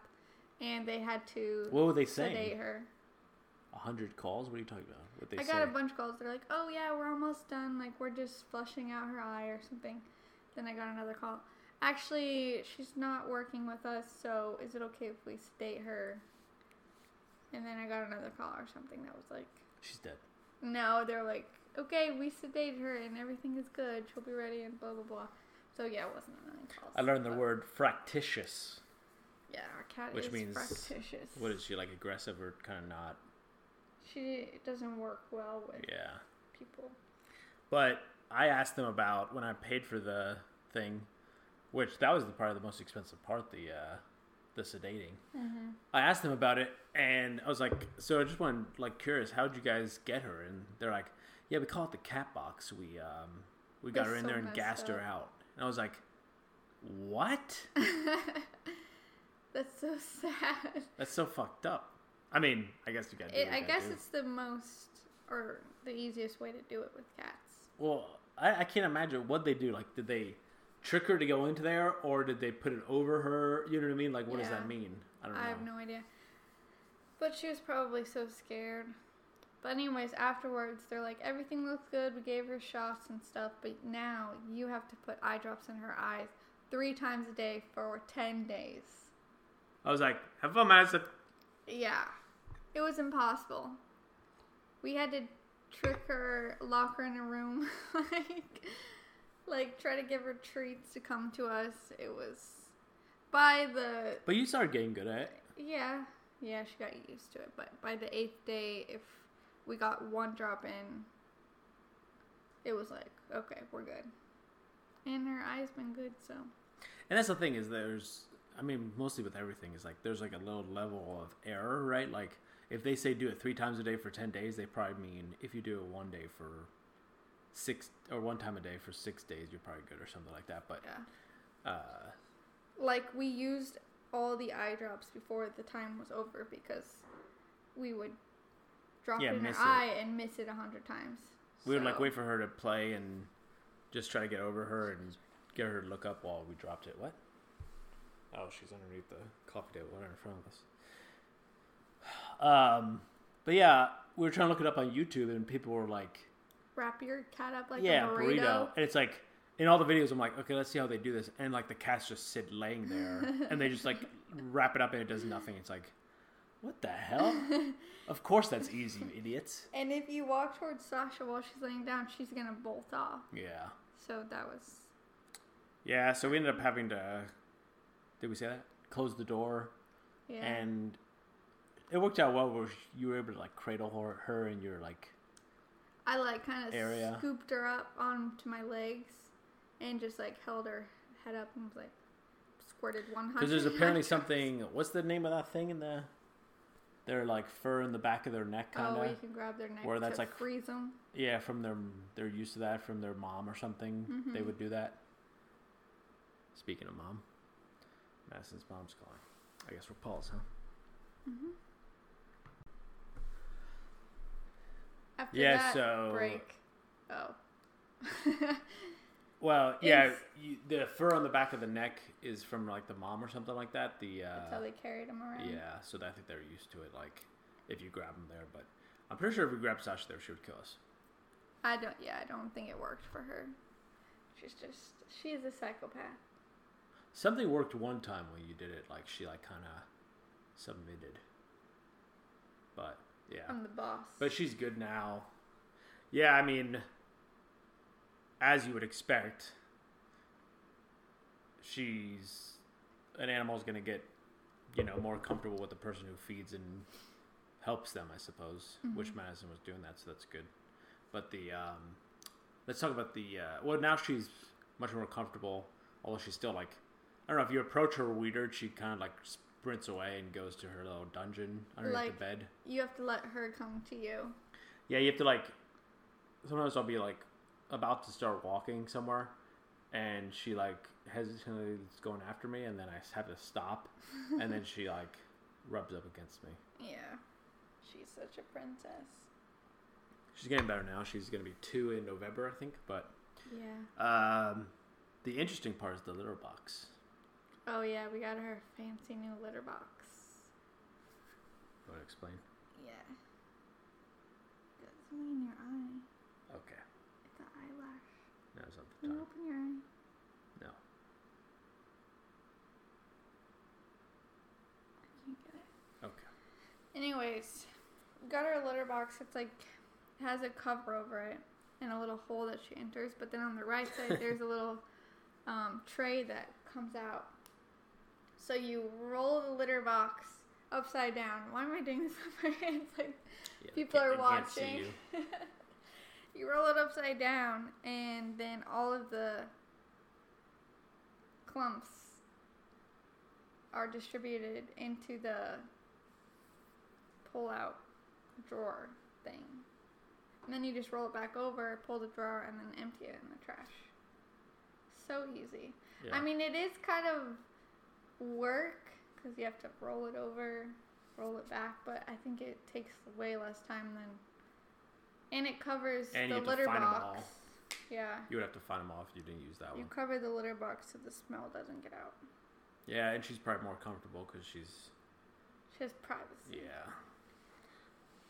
Speaker 2: and they had to
Speaker 3: What were they saying?
Speaker 2: sedate her.
Speaker 3: A hundred calls? What are you talking about? What they
Speaker 2: I
Speaker 3: say?
Speaker 2: got a bunch of calls. They're like, "Oh yeah, we're almost done. Like we're just flushing out her eye or something." Then I got another call. Actually, she's not working with us, so is it okay if we sedate her? And then I got another call or something that was like,
Speaker 3: She's dead.
Speaker 2: no, they're like, okay, we sedated her and everything is good. She'll be ready and blah blah blah. So yeah, it wasn't really calls.
Speaker 3: I learned the
Speaker 2: but-
Speaker 3: word fractitious.
Speaker 2: Yeah, our cat
Speaker 3: which
Speaker 2: is
Speaker 3: means-
Speaker 2: fractitious.
Speaker 3: What is she like aggressive or kind of not?
Speaker 2: she doesn't work well with
Speaker 3: Yeah.
Speaker 2: people.
Speaker 3: But I asked them about when I paid for the thing, which that was the part of the most expensive part, the uh, the sedating.
Speaker 2: Mm-hmm.
Speaker 3: I asked them about it, and I was like, "So I just wanted, like, curious, how would you guys get her?" And they're like, "Yeah, we call it the cat box. We um, we got
Speaker 2: That's
Speaker 3: her in
Speaker 2: so
Speaker 3: there and
Speaker 2: messed
Speaker 3: gassed her
Speaker 2: up.
Speaker 3: out." And I was like, "What?
Speaker 2: That's so sad.
Speaker 3: That's so fucked up." I mean, I guess you got.
Speaker 2: It, I guess it's the most or the easiest way to do it with cats.
Speaker 3: Well, I, I can't imagine what they do. Like, did they trick her to go into there, or did they put it over her? You know what I mean? Like, what does
Speaker 2: Yeah.
Speaker 3: that mean? I don't know.
Speaker 2: I have no idea. But she was probably so scared. But anyways, afterwards they're like everything looks good. We gave her shots and stuff, but now you have to put eye drops in her eyes 3 times a day for 10 days.
Speaker 3: I was like, have fun, man. I said,
Speaker 2: Yeah. It was impossible. We had to trick her, lock her in a room, like like try to give her treats to come to us. It was by the
Speaker 3: but you started getting good at it.
Speaker 2: yeah, yeah, she got used to it. But by the eighth day, if we got one drop in, it was like, okay, we're good. And her eyes been good, so
Speaker 3: And that's the thing is there's, I mean, mostly with everything is like there's like a little level of error, right? Like if they say do it three times a day for ten days, they probably mean if you do it one day for six or one time a day for six days, you're probably good or something like that. But
Speaker 2: yeah.
Speaker 3: uh,
Speaker 2: Like we used all the eye drops before the time was over because we would drop
Speaker 3: Yeah,
Speaker 2: it in her
Speaker 3: miss it.
Speaker 2: eye and miss it a hundred times.
Speaker 3: we would like
Speaker 2: So-
Speaker 3: wait for her to play and just try to get over her and get her to look up while we dropped it. What? Oh, she's underneath the coffee table right in front of us. Um, but yeah, we were trying to look it up on YouTube, and people were like,
Speaker 2: wrap your cat up like
Speaker 3: yeah,
Speaker 2: a
Speaker 3: burrito.
Speaker 2: burrito.
Speaker 3: And it's like in all the videos, I'm like, okay, let's see how they do this. And like the cats just sit laying there, and they just like wrap it up, and it does nothing. It's like, what the hell? of course, that's easy, you idiots.
Speaker 2: And if you walk towards Sasha while she's laying down, she's gonna bolt off.
Speaker 3: Yeah,
Speaker 2: So that was
Speaker 3: yeah. So we ended up having to. Did we say that? Close the door,
Speaker 2: yeah.
Speaker 3: and it worked out well. Where you were able to like cradle her, her and you're like,
Speaker 2: I like kind of
Speaker 3: area.
Speaker 2: scooped her up onto my legs and just like held her head up and was like squirted one hundred.
Speaker 3: because there's apparently something. What's the name of that thing in the? Their like fur in the back of their neck, kind
Speaker 2: Oh,
Speaker 3: of.
Speaker 2: where you can grab their neck
Speaker 3: where
Speaker 2: to
Speaker 3: that's like-
Speaker 2: freeze them.
Speaker 3: Yeah, from their they're used to that from their mom or something.
Speaker 2: Mm-hmm.
Speaker 3: They would do that. Speaking of mom, Madison's mom's calling. I guess we're Paul's, huh?
Speaker 2: After
Speaker 3: Yeah,
Speaker 2: that
Speaker 3: so- Uh,
Speaker 2: break. Oh,
Speaker 3: Well, yeah,
Speaker 2: Is-
Speaker 3: you, the fur on the back of the neck is from like the mom or something like that. The
Speaker 2: that's how
Speaker 3: uh,
Speaker 2: they carried them around.
Speaker 3: yeah, so I think they're used to it. Like if you grab them there, but I'm pretty sure if we grabbed Sasha there, she would kill us.
Speaker 2: I don't. Yeah, I don't think it worked for her. She's just she is a psychopath.
Speaker 3: Something worked one time when you did it. Like she like kind of submitted, but yeah.
Speaker 2: I'm the boss.
Speaker 3: But she's good now. Yeah, I mean, as you would expect, she's an animal's going to get, you know, more comfortable with the person who feeds and helps them, I suppose. Which Madison was doing that, so that's good. But the um, let's talk about the uh, well. Now she's much more comfortable, although she's still like I don't know if you approach her weird, she kind of like sprints away and goes to her little dungeon underneath
Speaker 2: Like-
Speaker 3: the bed.
Speaker 2: you have to let her come to you.
Speaker 3: Yeah, you have to like. Sometimes I'll be like about to start walking somewhere, and she like hesitantly is going after me, and then I have to stop, and then she like rubs up against me.
Speaker 2: Yeah, she's such a princess.
Speaker 3: She's getting better now. She's gonna be two in November, I think. But
Speaker 2: Yeah.
Speaker 3: um, the interesting part is the litter box.
Speaker 2: Oh yeah, we got her a fancy new litter box.
Speaker 3: You want to explain?
Speaker 2: Yeah. That's me in your eye.
Speaker 3: Okay,
Speaker 2: It's an eyelash.
Speaker 3: now's not the
Speaker 2: Can you
Speaker 3: time.
Speaker 2: open your eye?
Speaker 3: No,
Speaker 2: I can't get it.
Speaker 3: Mm-hmm. okay.
Speaker 2: Anyways, got her a litter box. It's like has a cover over it and a little hole that she enters. But then on the right side, there's a little um, tray that comes out. So you roll the litter box upside down. Why am I doing this with my hands? Like
Speaker 3: Yeah, they
Speaker 2: people
Speaker 3: can't-
Speaker 2: are
Speaker 3: they can't see
Speaker 2: watching.
Speaker 3: you.
Speaker 2: you roll it upside down, and then all of the clumps are distributed into the pull-out drawer thing. And then you just roll it back over, pull the drawer, and then empty it in the trash. So easy.
Speaker 3: Yeah.
Speaker 2: I mean, it is kind of work because you have to roll it over, roll it back, but I think it takes way less time than. And it covers
Speaker 3: And you
Speaker 2: the
Speaker 3: have to
Speaker 2: litter
Speaker 3: find 'em
Speaker 2: box.
Speaker 3: all.
Speaker 2: Yeah.
Speaker 3: you would have to find them off if you didn't use that
Speaker 2: You
Speaker 3: one.
Speaker 2: cover the litter box so the smell doesn't get out.
Speaker 3: Yeah, and she's probably more comfortable because she's
Speaker 2: She has privacy.
Speaker 3: Yeah.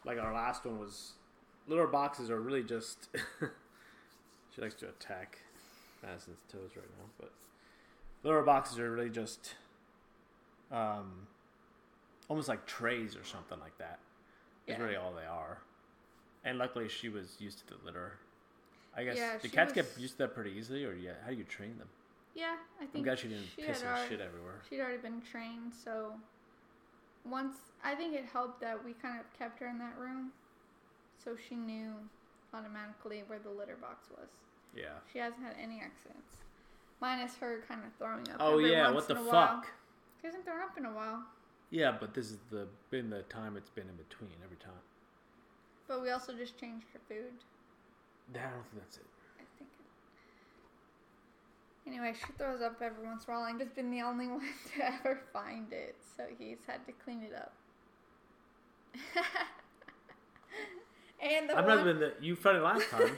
Speaker 3: Like our last one was litter boxes are really just she likes to attack Madison's toes right now, but litter boxes are really just um almost like trays or something like that. Is
Speaker 2: Yeah.
Speaker 3: really all they are. And luckily she was used to the litter. I guess
Speaker 2: Yeah,
Speaker 3: do
Speaker 2: she
Speaker 3: cats
Speaker 2: was-
Speaker 3: get used to that pretty easily or yeah, how do you train them?
Speaker 2: Yeah, I think
Speaker 3: I'm glad she didn't
Speaker 2: she
Speaker 3: piss
Speaker 2: had
Speaker 3: her
Speaker 2: already-
Speaker 3: shit everywhere.
Speaker 2: She'd already been trained, so once I think it helped that we kind of kept her in that room, so she knew automatically where the litter box was.
Speaker 3: Yeah.
Speaker 2: She hasn't had any accidents, minus her kind of throwing up.
Speaker 3: Oh
Speaker 2: every
Speaker 3: yeah,
Speaker 2: once
Speaker 3: what the
Speaker 2: in a
Speaker 3: fuck?
Speaker 2: while. She hasn't thrown up in a while,
Speaker 3: Yeah, but this is the been the time it's been in between every time.
Speaker 2: but we also just changed her food.
Speaker 3: I don't think that's it.
Speaker 2: I think. Anyway, she throws up every once in a while. I've just been the only one to ever find it, so he's had to clean it up. and the
Speaker 3: I've
Speaker 2: one,
Speaker 3: not been the you found it last time.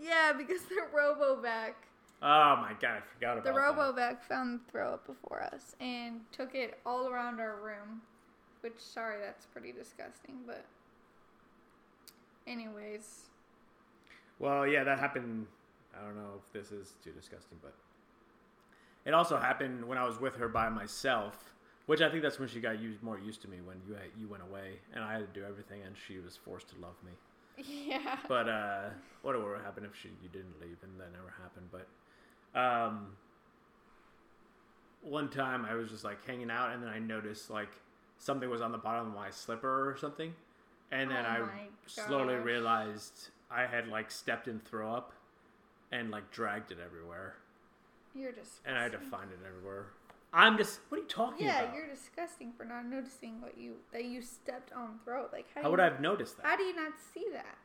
Speaker 2: yeah, because the Robovac,
Speaker 3: oh my god, I forgot about
Speaker 2: the
Speaker 3: that.
Speaker 2: Robovac found the throw up before us and took it all around our room. Which, sorry, that's pretty disgusting, but. Anyways,
Speaker 3: Well, yeah, that happened. I don't know if this is too disgusting, but it also happened when I was with her by myself, which I think that's when she got used more used to me when you you went away and I had to do everything and she was forced to love me.
Speaker 2: yeah.
Speaker 3: But uh, what would happen if she you didn't leave and that never happened? But um, one time I was just like hanging out and then I noticed like something was on the bottom of my slipper or something, and then
Speaker 2: Oh
Speaker 3: I
Speaker 2: my
Speaker 3: slowly
Speaker 2: gosh.
Speaker 3: realized I had like stepped in throw up and like dragged it everywhere,
Speaker 2: You're just.
Speaker 3: and I had to find it everywhere. I'm just what are you talking
Speaker 2: Yeah,
Speaker 3: about?
Speaker 2: you're disgusting for not noticing what you that you stepped on throat. Like how,
Speaker 3: How would
Speaker 2: do
Speaker 3: I
Speaker 2: you,
Speaker 3: have noticed that?
Speaker 2: How do you not see that?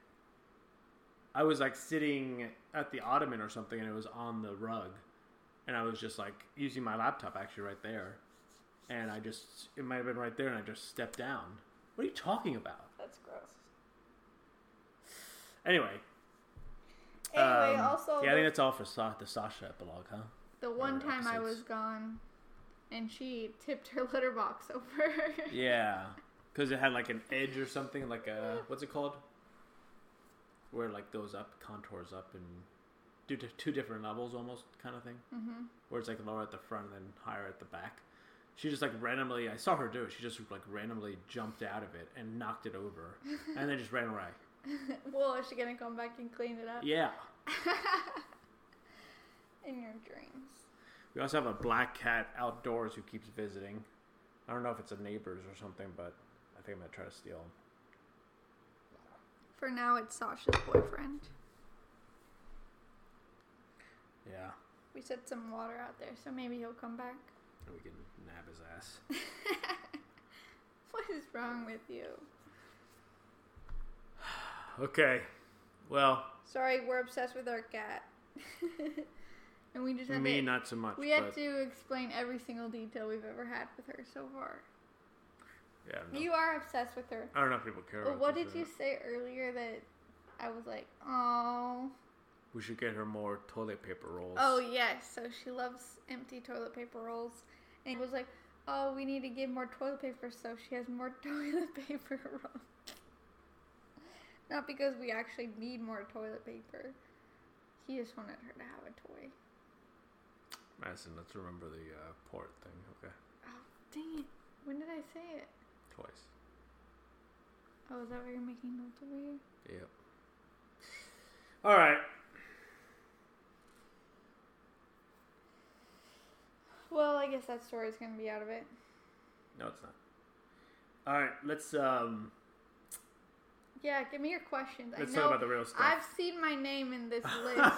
Speaker 3: I was like sitting at the ottoman or something, and it was on the rug, and I was just like using my laptop actually right there, and I just it might have been right there, and I just stepped down. What are you talking about?
Speaker 2: That's gross.
Speaker 3: Anyway,
Speaker 2: Anyway,
Speaker 3: um,
Speaker 2: also
Speaker 3: yeah, I think
Speaker 2: the,
Speaker 3: that's all for Sa- the Sasha epilogue, huh?
Speaker 2: the one
Speaker 3: other
Speaker 2: time I
Speaker 3: episodes.
Speaker 2: was gone, and she tipped her litter box over.
Speaker 3: Yeah, because it had like an edge or something, like a what's it called, where it like goes up, contours up, and do t- two different levels almost kind of thing, mm-hmm. where it's like lower at the front and then higher at the back. She just like randomly, I saw her do it. She just like randomly jumped out of it and knocked it over, and then just ran away.
Speaker 2: well, is she gonna come back and clean it up
Speaker 3: Yeah.
Speaker 2: in your dreams?
Speaker 3: We also have a black cat outdoors who keeps visiting. I don't know if it's a neighbor's or something, but I think I'm gonna try to steal him.
Speaker 2: For now, it's Sasha's boyfriend.
Speaker 3: Yeah,
Speaker 2: We set some water out there, so maybe he'll come back.
Speaker 3: and we can nab his ass.
Speaker 2: What is wrong with you?
Speaker 3: Okay. Well,
Speaker 2: Sorry, we're obsessed with our cat, and we just had
Speaker 3: me
Speaker 2: to
Speaker 3: not so much.
Speaker 2: We
Speaker 3: but,
Speaker 2: have to explain every single detail we've ever had with her so far.
Speaker 3: Yeah, I, don't know.
Speaker 2: You are obsessed with her.
Speaker 3: I don't know if people care.
Speaker 2: But
Speaker 3: about
Speaker 2: what
Speaker 3: this
Speaker 2: did
Speaker 3: or
Speaker 2: you
Speaker 3: not.
Speaker 2: say earlier that I was like, oh,
Speaker 3: We should get her more toilet paper rolls.
Speaker 2: oh yes. So she loves empty toilet paper rolls, and was like, oh, we need to give more toilet paper, so she has more toilet paper rolls. Not because we actually need more toilet paper. He just wanted her to have a toy.
Speaker 3: Madison, let's remember the uh, port thing. Okay,
Speaker 2: Oh, dang it. When did I say it?
Speaker 3: twice.
Speaker 2: Oh, is that why you're making notes over here?
Speaker 3: Yep. All right.
Speaker 2: Well, I guess that story's gonna be out of it.
Speaker 3: No, it's not. All right. Let's um.
Speaker 2: Yeah, give me your questions.
Speaker 3: Let's
Speaker 2: I
Speaker 3: talk
Speaker 2: know
Speaker 3: about the real stuff.
Speaker 2: I've seen my name in this list,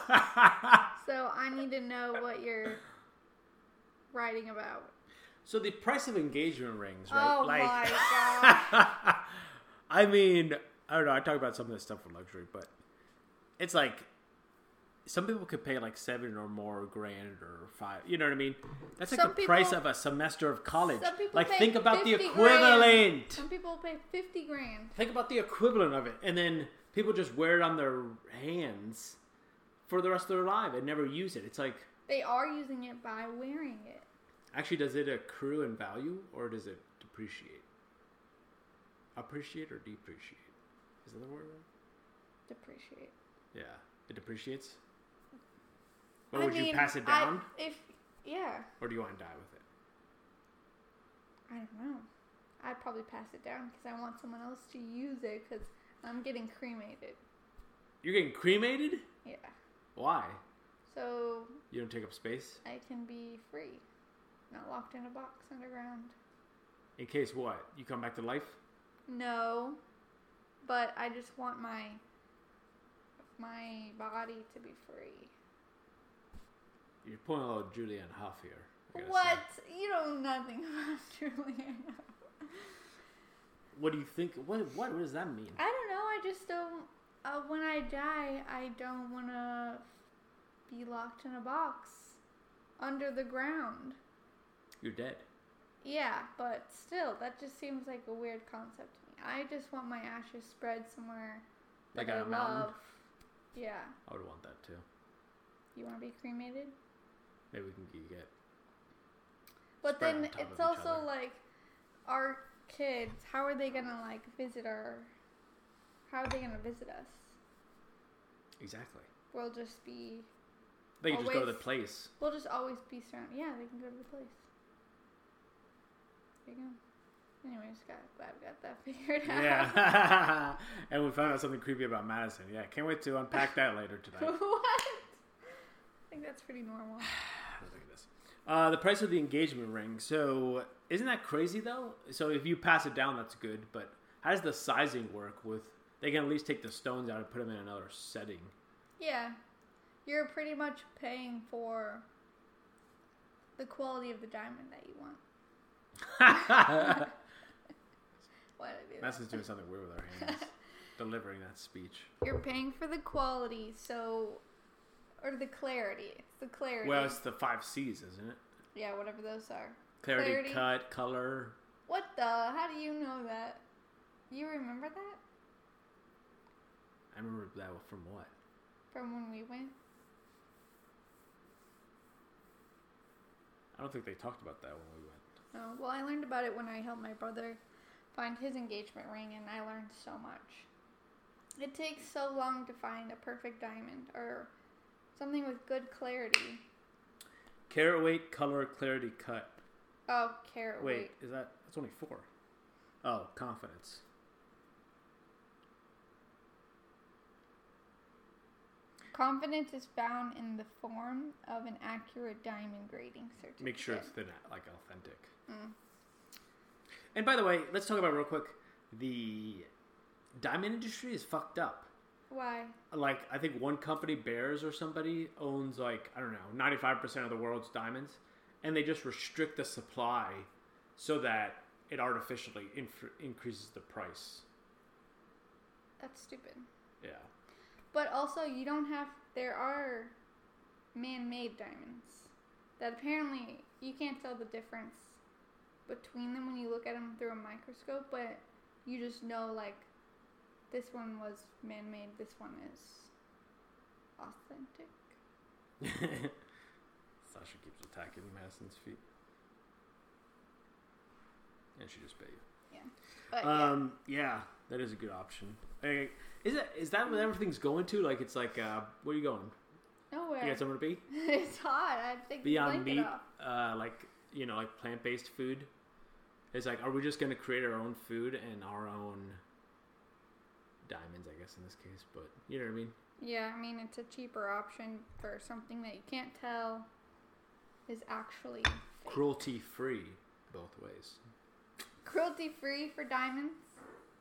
Speaker 2: so I need to know what you're writing about.
Speaker 3: so the price of engagement rings, right?
Speaker 2: Oh my
Speaker 3: gosh. I mean, I don't know. I talk about some of this stuff with luxury, but it's like some people could pay like seven or more grand or five. You know what I mean? That's like
Speaker 2: Some
Speaker 3: the price
Speaker 2: people-
Speaker 3: of a semester of college.
Speaker 2: Some people
Speaker 3: Like
Speaker 2: pay
Speaker 3: think about the
Speaker 2: 50 grand.
Speaker 3: equivalent.
Speaker 2: Some people pay fifty grand.
Speaker 3: Think about the equivalent of it, and then people just wear it on their hands for the rest of their life and never use it. It's like,
Speaker 2: They are using it by wearing it.
Speaker 3: actually, does it accrue in value or does it depreciate? Appreciate or depreciate? Is that the word? right?
Speaker 2: Depreciate.
Speaker 3: Yeah, it depreciates. But would you pass it
Speaker 2: I-
Speaker 3: down,
Speaker 2: if yeah,
Speaker 3: or do you want to die with it?
Speaker 2: I don't know. I'd probably pass it down because I want someone else to use it because I'm getting cremated.
Speaker 3: You're getting cremated.
Speaker 2: Yeah.
Speaker 3: Why?
Speaker 2: So
Speaker 3: You don't take up space.
Speaker 2: I can be free, not locked in a box underground.
Speaker 3: In case what? You come back to life.
Speaker 2: No, but I just want my my body to be free.
Speaker 3: You're pulling a little Julianne Hough here. I gotta say.
Speaker 2: What? You don't know nothing about Juliana.
Speaker 3: What do you think? What? What, what does that mean?
Speaker 2: I don't know. I just don't. Uh, when I die, I don't want to be locked in a box under the ground.
Speaker 3: You're dead.
Speaker 2: Yeah, but still, that just seems like a weird concept to me. I just want my ashes spread somewhere that
Speaker 3: Like on
Speaker 2: I
Speaker 3: a mountain?
Speaker 2: love. Yeah.
Speaker 3: I would want that too.
Speaker 2: You want to be cremated?
Speaker 3: Maybe we can g- get.
Speaker 2: But then
Speaker 3: spread on top of
Speaker 2: it's
Speaker 3: each
Speaker 2: also
Speaker 3: other.
Speaker 2: like our kids. How are they gonna like visit our? How are they gonna visit us?
Speaker 3: Exactly.
Speaker 2: We'll just be.
Speaker 3: They can just go to the
Speaker 2: Always.
Speaker 3: place.
Speaker 2: We'll just always be surrounded. Yeah, they can go to the place. There you go. Anyways, got glad we got that figured out.
Speaker 3: Yeah. and we found out something creepy about Madison. Yeah, can't wait to unpack that later
Speaker 2: what?
Speaker 3: tonight.
Speaker 2: I think that's pretty normal.
Speaker 3: Look at this. Uh, the price of the engagement ring. So, isn't that crazy though? So, if you pass it down, that's good. But how does the sizing work? With they can at least take the stones out and put them in another setting.
Speaker 2: Yeah, you're pretty much paying for the quality of the diamond that you want. Why did I do that?
Speaker 3: Madison's doing something weird with her hands, delivering that speech.
Speaker 2: You're paying for the quality, so or the clarity. It's the clarity.
Speaker 3: Well, it's the five C's, isn't it?
Speaker 2: yeah, whatever those are.
Speaker 3: Clarity,
Speaker 2: Clarity.
Speaker 3: cut, color.
Speaker 2: What the? How do you know that? You remember that
Speaker 3: I remember that from what?
Speaker 2: from when we went?
Speaker 3: I don't think they talked about that when we went.
Speaker 2: Oh, well, I learned about it when I helped my brother find his engagement ring, and I learned so much. It takes so long to find a perfect diamond or something with good clarity.
Speaker 3: Carat weight, color, clarity, cut.
Speaker 2: Oh, carat
Speaker 3: Wait,
Speaker 2: weight.
Speaker 3: is that that's only four? Oh, confidence.
Speaker 2: Confidence is found in the form of an accurate diamond grading certificate.
Speaker 3: Make sure it's the like authentic. And by the way, let's talk about real quick. The diamond industry is fucked up.
Speaker 2: Why?
Speaker 3: Like I think one company, Bears or somebody, owns like I don't know, ninety five percent of the world's diamonds, and they just restrict the supply so that it artificially inf- increases the price.
Speaker 2: That's stupid.
Speaker 3: Yeah.
Speaker 2: But also, you don't have. There are man-made diamonds that apparently you can't tell the difference between them when you look at them through a microscope, but you just know like this one was man-made, this one is authentic.
Speaker 3: Sasha keeps attacking Madison's feet. And she just bit you.
Speaker 2: Yeah. But Uh, yeah.
Speaker 3: Um, yeah, that is a good option. Hey, is that is that what everything's going to? Like, it's like, uh, where are you going? You
Speaker 2: nowhere.
Speaker 3: got somewhere to be?
Speaker 2: it's hot. I think
Speaker 3: Beyond
Speaker 2: blanket
Speaker 3: meat,
Speaker 2: off.
Speaker 3: uh, like you know, like plant based food. It's like, are we just going to create our own food and our own diamonds? I guess in this case, but you know what I mean.
Speaker 2: Yeah, I mean, it's a cheaper option for something that you can't tell is actually
Speaker 3: Cruelty free both ways.
Speaker 2: cruelty free for diamonds.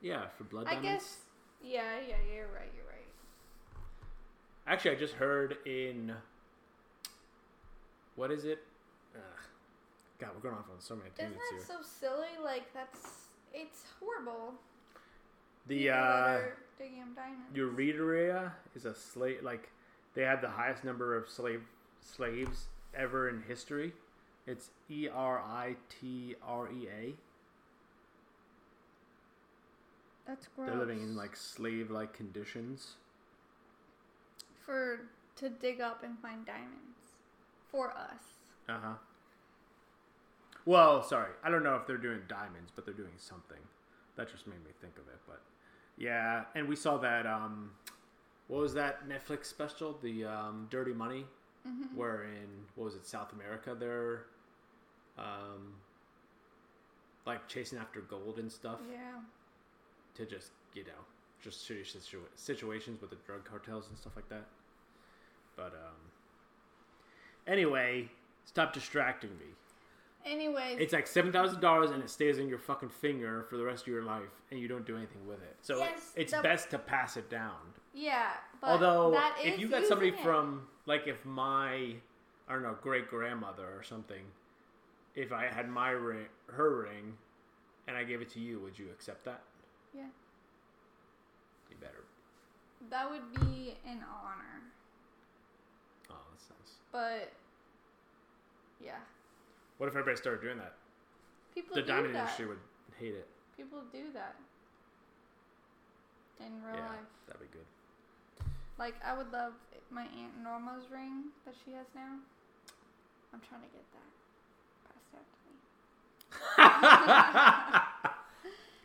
Speaker 3: Yeah, for blood
Speaker 2: I
Speaker 3: diamonds.
Speaker 2: guess. Yeah, yeah, you're right, you're right.
Speaker 3: Actually, I just heard in what is it? Ugh. God, we're going off on so many
Speaker 2: Isn't
Speaker 3: tangents
Speaker 2: that
Speaker 3: here.
Speaker 2: so silly? Like, that's. It's horrible.
Speaker 3: the
Speaker 2: People that
Speaker 3: uh,
Speaker 2: are digging up diamonds.
Speaker 3: Eritrea is a slave. Like they had the highest number of slave slaves ever in history. It's E R I T R E A.
Speaker 2: That's gross.
Speaker 3: They're living in like slave-like conditions.
Speaker 2: For. to dig up and find diamonds. For us.
Speaker 3: Uh huh. Well, sorry, I don't know if they're doing diamonds, but they're doing something. That just made me think of it, but yeah. And we saw that. Um, what was that Netflix special? The um, Dirty Money, where in what was it South America? They're um, like chasing after gold and stuff
Speaker 2: Yeah.
Speaker 3: to just you know just shitty situa- situations with the drug cartels and stuff like that. But um, anyway, stop distracting me.
Speaker 2: Anyways.
Speaker 3: It's like seven thousand dollars, and it stays in your fucking finger for the rest of your life, and you don't do anything with it. So
Speaker 2: Yes,
Speaker 3: it's
Speaker 2: the-
Speaker 3: best to pass it down.
Speaker 2: yeah, but.
Speaker 3: Although,
Speaker 2: that
Speaker 3: if
Speaker 2: is
Speaker 3: you got somebody
Speaker 2: using it.
Speaker 3: from like if my I don't know great grandmother or something, if I had my ring, her ring, and I gave it to you, would you accept that?
Speaker 2: Yeah.
Speaker 3: You better.
Speaker 2: That would be an honor.
Speaker 3: Oh, that's nice.
Speaker 2: But. Yeah.
Speaker 3: What if everybody started doing that?
Speaker 2: People
Speaker 3: The
Speaker 2: do
Speaker 3: diamond
Speaker 2: that.
Speaker 3: industry would hate it.
Speaker 2: People do that in real
Speaker 3: yeah,
Speaker 2: life.
Speaker 3: that'd be good.
Speaker 2: Like I would love my aunt Norma's ring that she has now. I'm trying to get that passed out to me,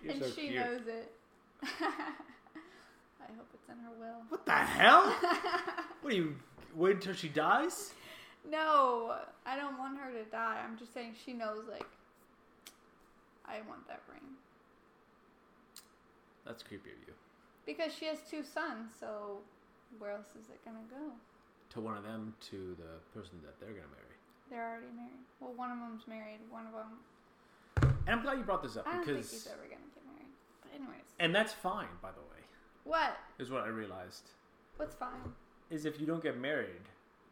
Speaker 3: You're
Speaker 2: and
Speaker 3: so
Speaker 2: she
Speaker 3: cute.
Speaker 2: knows it. I hope it's in her will.
Speaker 3: What the hell? what do you wait until she dies?
Speaker 2: No, I don't want her to die. I'm just saying she knows. Like, I want that ring
Speaker 3: That's creepy of you.
Speaker 2: because she has two sons. So where else is it gonna go?
Speaker 3: To one of them, to the person that they're gonna marry.
Speaker 2: They're already married. Well, one of them's married. One of them
Speaker 3: And I'm glad you brought this up
Speaker 2: I don't think
Speaker 3: because,
Speaker 2: he's ever gonna get married. But anyways,
Speaker 3: and that's fine, by the way,
Speaker 2: what?
Speaker 3: is what I realized.
Speaker 2: What's fine?
Speaker 3: Is if you don't get married,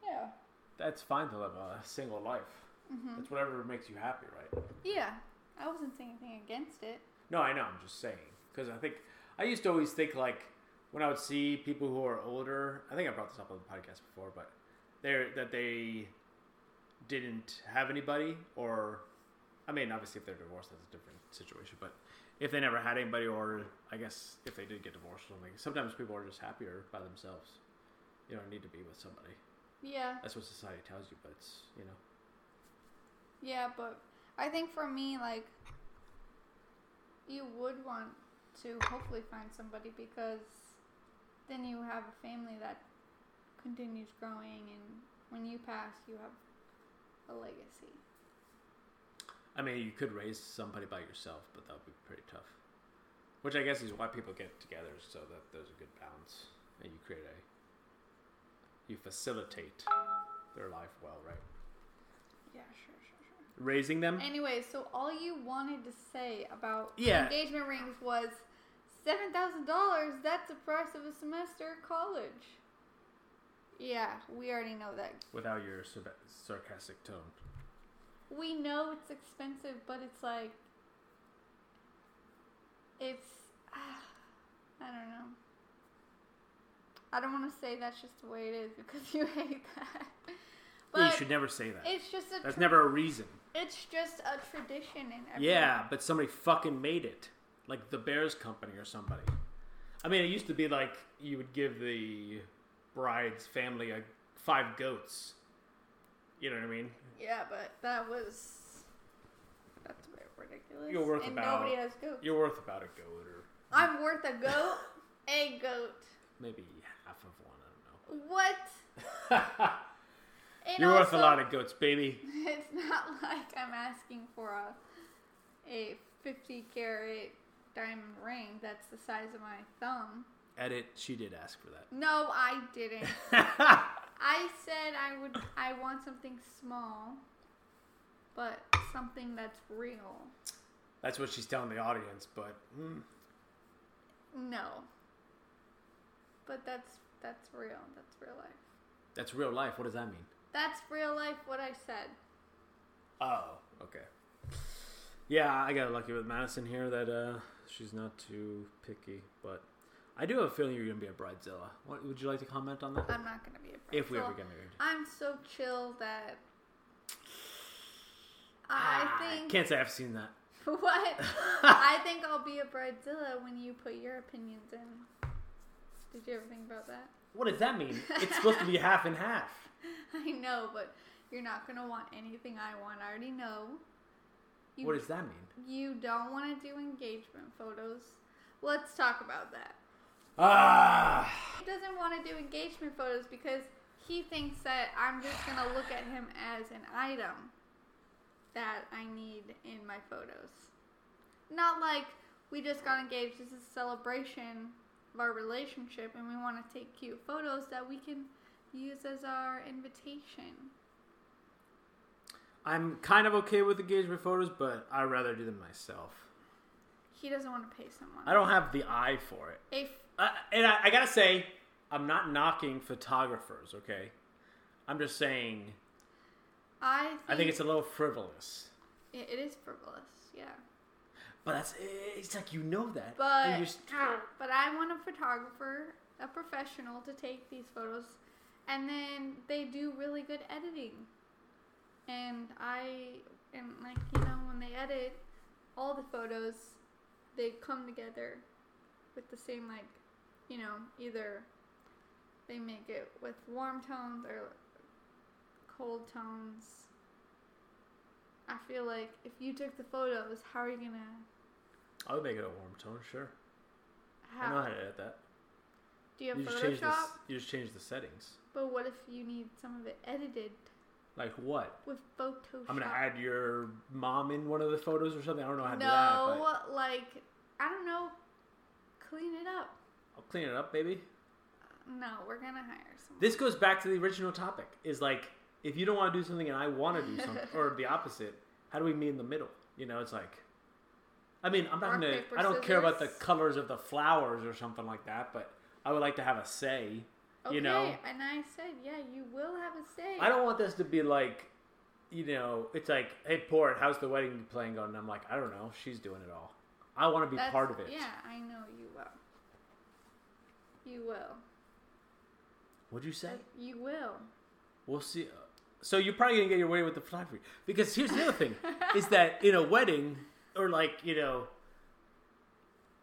Speaker 2: Yeah.
Speaker 3: that's fine to live a single life.
Speaker 2: Mm-hmm.
Speaker 3: That's whatever makes you happy, right?
Speaker 2: Yeah. I wasn't saying anything against it.
Speaker 3: No, I know. I'm just saying because I think I used to always think like when I would see people who are older. I think I brought this up on the podcast before, but they're that they didn't have anybody, or I mean, obviously if they're divorced, that's a different situation. But if they never had anybody, or I guess if they did get divorced or something, sometimes people are just happier by themselves. You don't need to be with somebody.
Speaker 2: Yeah.
Speaker 3: That's what society tells you, but it's you know,
Speaker 2: Yeah, but I think for me, like, you would want to hopefully find somebody because then you have a family that continues growing, and when you pass, you have a legacy.
Speaker 3: I mean, you could raise somebody by yourself, but that would be pretty tough. Which I guess is why people get together so that there's a good balance and you create a you facilitate their life well, right?
Speaker 2: Yeah, sure, sure, sure.
Speaker 3: Raising them?
Speaker 2: Anyway, so all you wanted to say about the
Speaker 3: Yeah.
Speaker 2: engagement rings was seven thousand dollars. That's the price of a semester at college. Yeah, we already know that.
Speaker 3: Without your sub- sarcastic tone.
Speaker 2: We know it's expensive, but it's like it's I don't know. I don't want to say that's just the way it is because you hate that.
Speaker 3: you
Speaker 2: But
Speaker 3: should never say that.
Speaker 2: it's just a
Speaker 3: That's
Speaker 2: tra-
Speaker 3: never a reason.
Speaker 2: it's just a tradition in every
Speaker 3: Yeah, but somebody fucking made it. Like the Bears Company or somebody. I mean, it used to be like you would give the bride's family a five goats. You know what I mean?
Speaker 2: Yeah, but that was that's a bit ridiculous.
Speaker 3: You're worth
Speaker 2: and
Speaker 3: about-
Speaker 2: nobody has goats.
Speaker 3: You're worth about a goat or
Speaker 2: I'm worth a goat, a goat.
Speaker 3: maybe half of one.
Speaker 2: What?
Speaker 3: I don't know.
Speaker 2: And
Speaker 3: You're worth a
Speaker 2: also,
Speaker 3: lot of goats, baby.
Speaker 2: It's not like I'm asking for a a 50 carat diamond ring that's the size of my thumb.
Speaker 3: edit, she did ask for
Speaker 2: No, I didn't.
Speaker 3: that.
Speaker 2: I said I would. I want something small, but something that's real.
Speaker 3: That's what she's telling the audience, but mm,
Speaker 2: No. But that's that's real. That's real life.
Speaker 3: that's real life. What does that mean?
Speaker 2: That's real life. What I said.
Speaker 3: Oh, okay. Yeah, I got lucky with Madison here that uh, she's not too picky, but I do have a feeling you're gonna be a bridezilla. What, would you like to comment on that?
Speaker 2: I'm not gonna be a. Pretzel.
Speaker 3: If we ever get married,
Speaker 2: I'm so chill that. I
Speaker 3: Ah,
Speaker 2: think
Speaker 3: can't say I've seen that.
Speaker 2: what I think I'll be a bridezilla when you put your opinions in. Did you ever think about that?
Speaker 3: What does that mean? It's supposed to be half and half.
Speaker 2: I know, but you're not gonna want anything I want. I already know. You,
Speaker 3: What does that mean?
Speaker 2: you don't want to do engagement photos. Let's talk about that.
Speaker 3: Ah,
Speaker 2: He doesn't want to do engagement photos because he thinks that I'm just gonna look at him as an item that I need in my photos. Not like we just got engaged. This is a celebration of our relationship, and we want to take cute photos that we can use as our invitation.
Speaker 3: I'm kind of okay with engagement photos, but I'd rather do them myself.
Speaker 2: He doesn't want to pay someone.
Speaker 3: I don't have the eye for it.
Speaker 2: If
Speaker 3: Uh, and I, I gotta say, I'm not knocking photographers. Okay, I'm just saying.
Speaker 2: I think,
Speaker 3: I think it's a little frivolous.
Speaker 2: it- it is frivolous, yeah.
Speaker 3: But that's eh, it's like you know that.
Speaker 2: But um,
Speaker 3: and you're st-
Speaker 2: but I want a photographer, a professional, to take these photos, and then they do really good editing. And I and like you know when they edit all the photos, they come together with the same like you know either they make it with warm tones or cold tones. I feel like if you took the photos, how are you gonna?
Speaker 3: I would make it a warm tone, sure. I
Speaker 2: How,
Speaker 3: know how to edit that.
Speaker 2: Do you have
Speaker 3: You just change the
Speaker 2: Photoshop?
Speaker 3: s- you just change the settings.
Speaker 2: But what if you need some of it edited
Speaker 3: Like what?
Speaker 2: with Photoshop?
Speaker 3: I'm gonna add your mom in one of the photos or something. I don't know how to do that. But
Speaker 2: No, like I don't know. Clean it up.
Speaker 3: I'll clean it up, baby.
Speaker 2: No, we're gonna hire someone.
Speaker 3: This goes back to the original topic. Is like if you don't want to do something and I want to do something, or the opposite. How do we meet in the middle? You know, it's like. I mean, I'm not
Speaker 2: Rock,
Speaker 3: gonna.
Speaker 2: paper,
Speaker 3: I don't care about the
Speaker 2: scissors.
Speaker 3: colors of the flowers or something like that, but I would like to have a say.
Speaker 2: okay,
Speaker 3: you know,
Speaker 2: and I said, yeah, you will have a say.
Speaker 3: I don't want this to be like, you know, it's like, hey, Port, how's the wedding plan going? And I'm like, I don't know. She's doing it all. I want to be
Speaker 2: That's-
Speaker 3: part of it.
Speaker 2: Yeah, I know you will. You will.
Speaker 3: What'd you say?
Speaker 2: You will.
Speaker 3: We'll see. So you're probably gonna get your way with the photography because here's the other thing: is that in a wedding or like you know,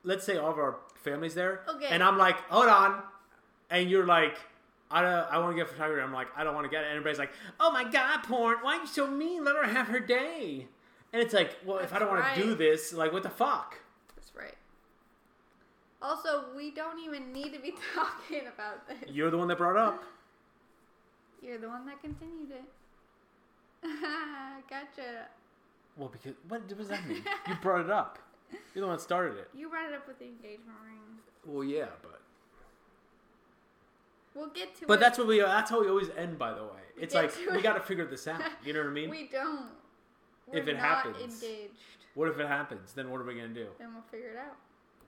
Speaker 3: let's say all of our families there,
Speaker 2: Okay.
Speaker 3: and I'm like, hold on, and you're like. I, don't, I want to get photography. I'm like, I don't want to get it. And everybody's like, oh my God, porn. Why are you so mean? Let her have her day. And it's like, well, if I
Speaker 2: That's
Speaker 3: don't want to do
Speaker 2: right.
Speaker 3: this, like, what the fuck?
Speaker 2: That's right. Also, we don't even need to be talking about this.
Speaker 3: You're the one that brought up.
Speaker 2: You're the one that continued it. gotcha.
Speaker 3: Well, because, what does that mean? you brought it up. You're the one that started it.
Speaker 2: You brought it up with the engagement ring.
Speaker 3: Well, yeah, but.
Speaker 2: We'll get to it.
Speaker 3: But that's what we that's how we always end by the way. It's
Speaker 2: get
Speaker 3: like
Speaker 2: to
Speaker 3: we
Speaker 2: it.
Speaker 3: got to figure this out. You know what I mean?
Speaker 2: we don't. We're
Speaker 3: If it
Speaker 2: not
Speaker 3: happens.
Speaker 2: engaged,
Speaker 3: what if it happens? Then what are we going to do?
Speaker 2: then we'll figure it out.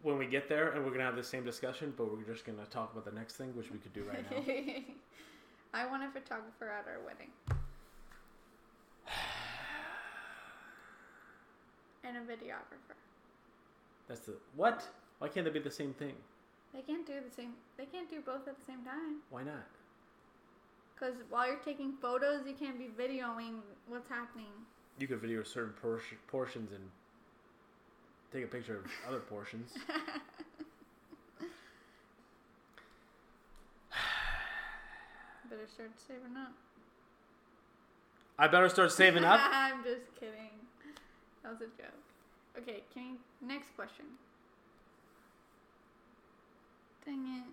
Speaker 3: When we get there and we're going to have the same discussion, but we're just going to talk about the next thing which we could do right now.
Speaker 2: I want a photographer at our wedding. And a videographer.
Speaker 3: That's the What? Why can't they be the same thing?
Speaker 2: They can't do the same. They can't do both at the same time.
Speaker 3: Why not?
Speaker 2: Because while you're taking photos, you can't be videoing what's happening.
Speaker 3: You could video certain por- portions and take a picture of other portions.
Speaker 2: Better start saving up.
Speaker 3: I better start saving up.
Speaker 2: I'm just kidding. That was a joke. Okay, can you, next question. Dang it.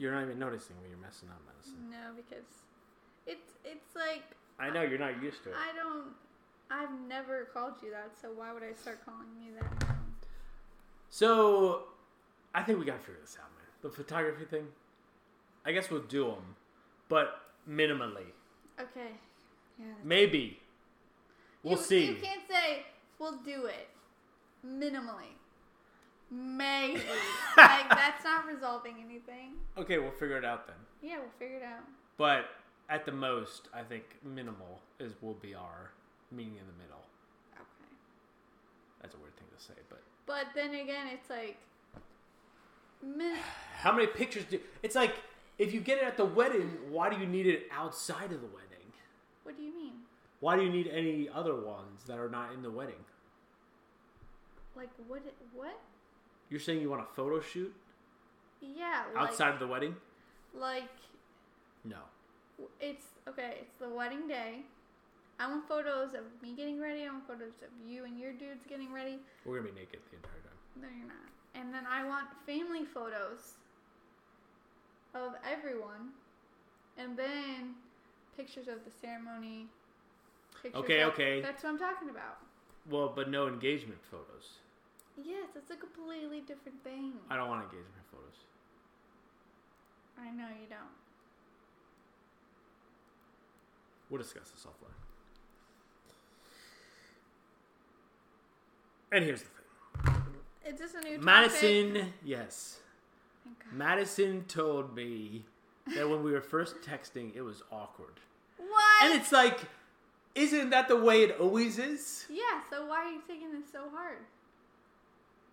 Speaker 3: You're not even noticing when you're messing up, Madison.
Speaker 2: No, because it's it's like
Speaker 3: I know you're not used to it.
Speaker 2: I don't I've never called you that, so why would I start calling you that now?
Speaker 3: So, I think we got to figure this out, man. the photography thing. I guess we'll do them, but minimally.
Speaker 2: Okay. Yeah.
Speaker 3: Maybe. We'll
Speaker 2: you,
Speaker 3: see.
Speaker 2: You can't say we'll do it minimally. Maybe. like that's not resolving anything.
Speaker 3: Okay, we'll figure it out then.
Speaker 2: Yeah, we'll figure it out.
Speaker 3: But at the most, I think minimal is will be our meaning in the middle.
Speaker 2: Okay.
Speaker 3: That's a weird thing to say, but
Speaker 2: But then again, it's like min-
Speaker 3: how many pictures do? It's like if you get it at the wedding, why do you need it outside of the wedding?
Speaker 2: what do you mean?
Speaker 3: Why do you need any other ones that are not in the wedding?
Speaker 2: Like what it- what?
Speaker 3: You're saying you want a photo shoot
Speaker 2: Yeah, like,
Speaker 3: outside of the wedding?
Speaker 2: like
Speaker 3: No.
Speaker 2: w- it's okay, it's the wedding day. I want photos of me getting ready. I want photos of you and your dudes getting ready.
Speaker 3: We're gonna be naked the entire time.
Speaker 2: No, you're not. And then I want family photos of everyone, and then pictures of the ceremony. Pictures
Speaker 3: Okay,
Speaker 2: of-
Speaker 3: okay.
Speaker 2: That's what I'm talking about.
Speaker 3: Well, but no engagement photos.
Speaker 2: Yes, it's a completely different thing.
Speaker 3: I don't want engagement photos.
Speaker 2: I know you don't.
Speaker 3: We'll discuss this offline. And here's the thing.
Speaker 2: Is this a new topic?
Speaker 3: Madison, yes.
Speaker 2: Thank God.
Speaker 3: Madison told me that when we were first texting, it was awkward.
Speaker 2: What?
Speaker 3: And it's like, isn't that the way it always is?
Speaker 2: yeah. So why are you taking this so hard?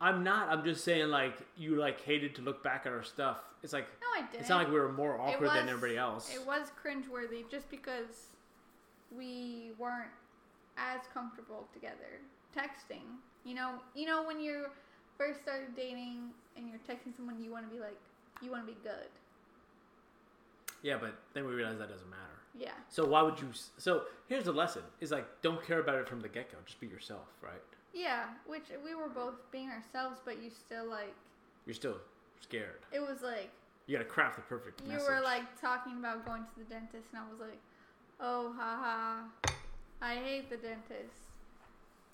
Speaker 3: I'm not. I'm just saying, like, you like hated to look back at our stuff. It's like,
Speaker 2: No, I didn't.
Speaker 3: it's not like we were more
Speaker 2: It
Speaker 3: awkward than
Speaker 2: was-
Speaker 3: everybody else.
Speaker 2: It was cringeworthy just because we weren't as comfortable together texting. You know, you know when you first started dating and you're texting someone, you want to be like, you want to be good.
Speaker 3: yeah, but then we realized that doesn't matter.
Speaker 2: Yeah,
Speaker 3: So why would you? s- So here's the lesson: is like don't care about it from the get go. Just be yourself, right?
Speaker 2: yeah. Which we were both being ourselves, but you still like
Speaker 3: You're still scared.
Speaker 2: it was like
Speaker 3: You gotta craft the perfect
Speaker 2: you
Speaker 3: message.
Speaker 2: were like talking about going to the dentist, and I was like, oh haha, I hate the dentist.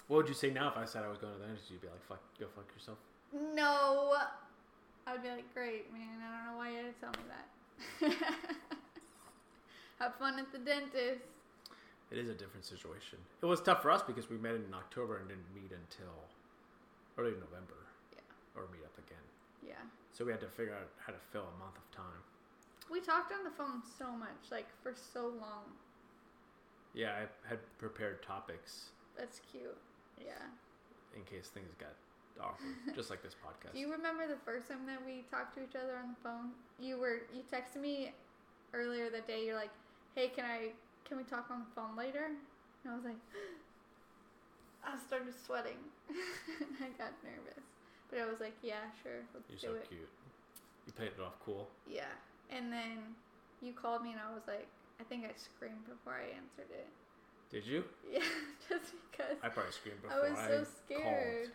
Speaker 3: what would you say now if I said I was going to the dentist? You'd be like, fuck, go fuck yourself.
Speaker 2: No. I would be like, great, man. I don't know why you had to tell me that. Have fun at the dentist.
Speaker 3: It is a different situation. It was tough for us because we met in October and didn't meet until early November.
Speaker 2: Yeah.
Speaker 3: Or meet up again.
Speaker 2: Yeah.
Speaker 3: So we had to figure out how to fill a month of time.
Speaker 2: We talked on the phone so much, like for so long.
Speaker 3: Yeah, I had prepared topics
Speaker 2: That's cute. Yeah.
Speaker 3: in case things got awkward, just like this podcast.
Speaker 2: Do you remember the first time that we talked to each other on the phone? You were you texted me earlier that day. You're like, "Hey, can I can we talk on the phone later?" And I was like, I started sweating. I got nervous, but I was like, "Yeah, sure, let's
Speaker 3: You're
Speaker 2: do
Speaker 3: so
Speaker 2: it."
Speaker 3: cute. You played it off cool.
Speaker 2: Yeah. And then you called me, and I was like, I think I screamed before I answered it.
Speaker 3: Did you?
Speaker 2: Yeah, just because
Speaker 3: I probably screamed
Speaker 2: I
Speaker 3: before
Speaker 2: was so
Speaker 3: called.
Speaker 2: scared.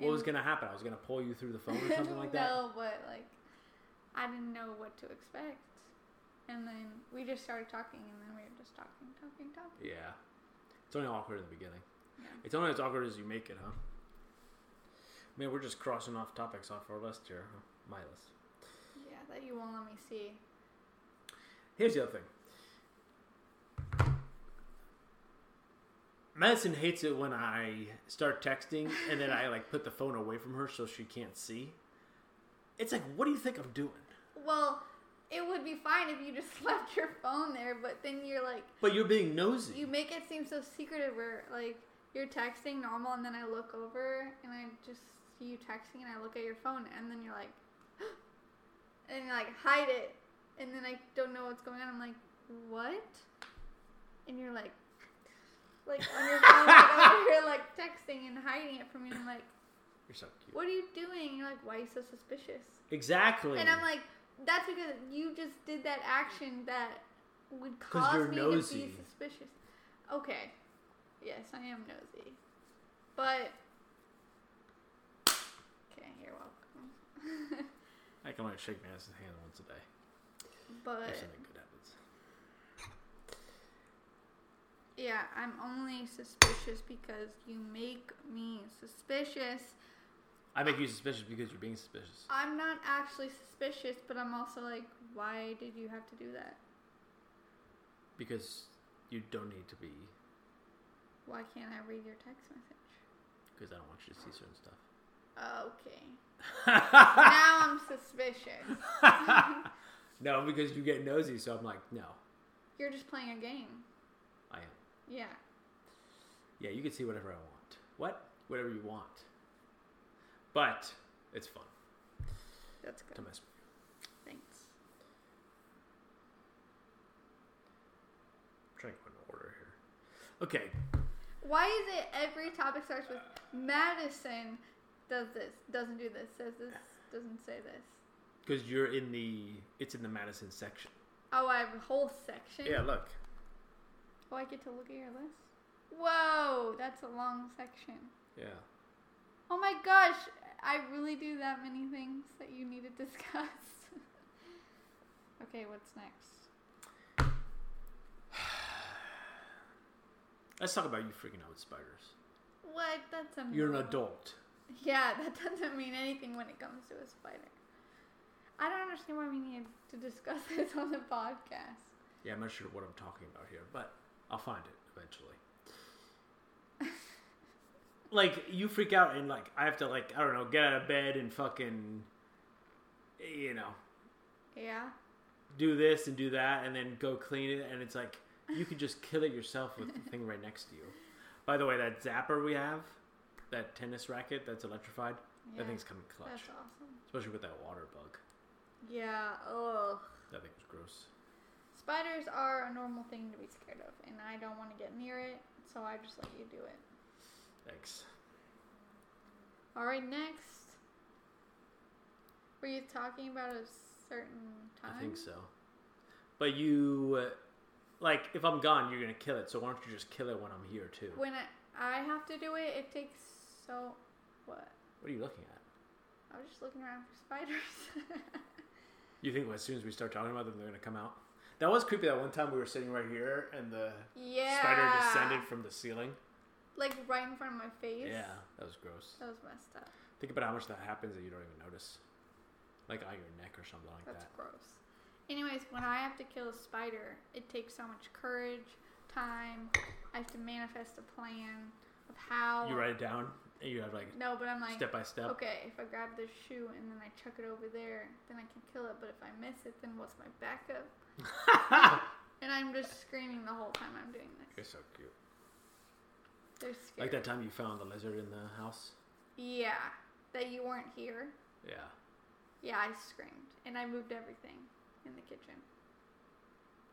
Speaker 3: What was
Speaker 2: And-
Speaker 3: gonna happen? I was gonna pull you through the phone or something like that.
Speaker 2: no, but like I didn't know what to expect. And then we just started talking and then we were just talking, talking, talking.
Speaker 3: Yeah, it's only awkward in the beginning.
Speaker 2: Yeah.
Speaker 3: It's only as awkward as you make it, huh? Man, we're just crossing off topics off our list here, huh? my list.
Speaker 2: Yeah, that you won't let me see.
Speaker 3: Here's the other thing. Madison hates it when I start texting and then I like put the phone away from her so she can't see. It's like, what do you think I'm doing?
Speaker 2: Well, it would be fine if you just left your phone there, but then you're like
Speaker 3: But you're being nosy.
Speaker 2: you make it seem so secretive where like you're texting normal and then I look over and I just see you texting and I look at your phone and then you're like and you're like hide it and then I don't know what's going on. I'm like, what? And you're like like on your phone like, over here like texting and hiding it from me and I'm like,
Speaker 3: You're so cute.
Speaker 2: What are you doing? And you're like, Why are you so suspicious?
Speaker 3: Exactly.
Speaker 2: And I'm like, that's because you just did that action that would
Speaker 3: 'Cause
Speaker 2: cause
Speaker 3: you're
Speaker 2: me to
Speaker 3: nosy.
Speaker 2: be suspicious. Okay. Yes, I am nosy. But Okay, you're welcome.
Speaker 3: I can only shake Madison's hand once a day.
Speaker 2: but
Speaker 3: If something good happens.
Speaker 2: yeah, I'm only suspicious because you make me suspicious
Speaker 3: I make you suspicious because you're being suspicious.
Speaker 2: I'm not actually suspicious, but I'm also like, why did you have to do that?
Speaker 3: Because you don't need to be.
Speaker 2: Why can't I read your text message?
Speaker 3: Because I don't want you to see certain stuff.
Speaker 2: Okay. now I'm suspicious.
Speaker 3: no, because you get nosy. So I'm like, no,
Speaker 2: You're just playing a game.
Speaker 3: I am.
Speaker 2: Yeah.
Speaker 3: Yeah, you can see whatever I want. What? Whatever you want. But it's fun
Speaker 2: That's
Speaker 3: to
Speaker 2: good.
Speaker 3: mess with.
Speaker 2: Thanks.
Speaker 3: I'm trying to go in order here. Okay.
Speaker 2: Why is it every topic starts with Madison does this, doesn't do this, says this, doesn't say this?
Speaker 3: Because you're in the, it's in the Madison section.
Speaker 2: Oh, I have a whole section.
Speaker 3: Yeah, look.
Speaker 2: Oh, I get to look at your list? Whoa, that's a long section.
Speaker 3: Yeah.
Speaker 2: Oh my gosh, I really do that many things that you need to discuss. okay, what's next?
Speaker 3: Let's talk about you freaking out with spiders.
Speaker 2: What? That's a
Speaker 3: You're
Speaker 2: no.
Speaker 3: an adult.
Speaker 2: Yeah, that doesn't mean anything when it comes to a spider. I don't understand why we need to discuss this on the podcast.
Speaker 3: Yeah, I'm not sure what I'm talking about here, but I'll find it eventually. like you freak out and like I have to like I don't know get out of bed and fucking you know
Speaker 2: Yeah.
Speaker 3: do this and do that and then go clean it and it's like you could just kill it yourself with the thing right next to you. By the way, that zapper we have, that tennis racket that's electrified,
Speaker 2: Yeah,
Speaker 3: that thing's coming clutch,
Speaker 2: That's awesome.
Speaker 3: especially with that water bug.
Speaker 2: Yeah, ugh.
Speaker 3: That thing was gross.
Speaker 2: Spiders are a normal thing to be scared of, and I don't want to get near it, so I just let you do it.
Speaker 3: Thanks.
Speaker 2: Alright, next. Were you talking about a certain time?
Speaker 3: I think so. But you, uh, like, if I'm gone, you're gonna kill it. So why don't you just kill it when I'm here too?
Speaker 2: When I, I have to do it, it takes so. What?
Speaker 3: What are you looking at?
Speaker 2: I was just looking around for spiders.
Speaker 3: You think as soon as we start talking about them, they're gonna come out? That was creepy. That one time we were sitting right here and the
Speaker 2: yeah.
Speaker 3: spider descended from the ceiling.
Speaker 2: Like right in front of my face.
Speaker 3: Yeah, that was gross.
Speaker 2: That was messed up.
Speaker 3: Think about how much that happens that you don't even notice, like on your neck or something like
Speaker 2: That's
Speaker 3: that.
Speaker 2: gross. Anyways, when I have to kill a spider, it takes so much courage, time. I have to manifest a plan of how.
Speaker 3: You write it down and you have like
Speaker 2: No, but I'm like,
Speaker 3: step by step.
Speaker 2: okay, if I grab this shoe and then I chuck it over there, then I can kill it. But if I miss it, then what's my backup? And I'm just screaming the whole time I'm doing
Speaker 3: You're
Speaker 2: this.
Speaker 3: so cute.
Speaker 2: They're
Speaker 3: Like
Speaker 2: scared.
Speaker 3: that time you found the lizard in the house.
Speaker 2: Yeah, that you weren't here.
Speaker 3: Yeah.
Speaker 2: Yeah, I screamed and I moved everything in the kitchen.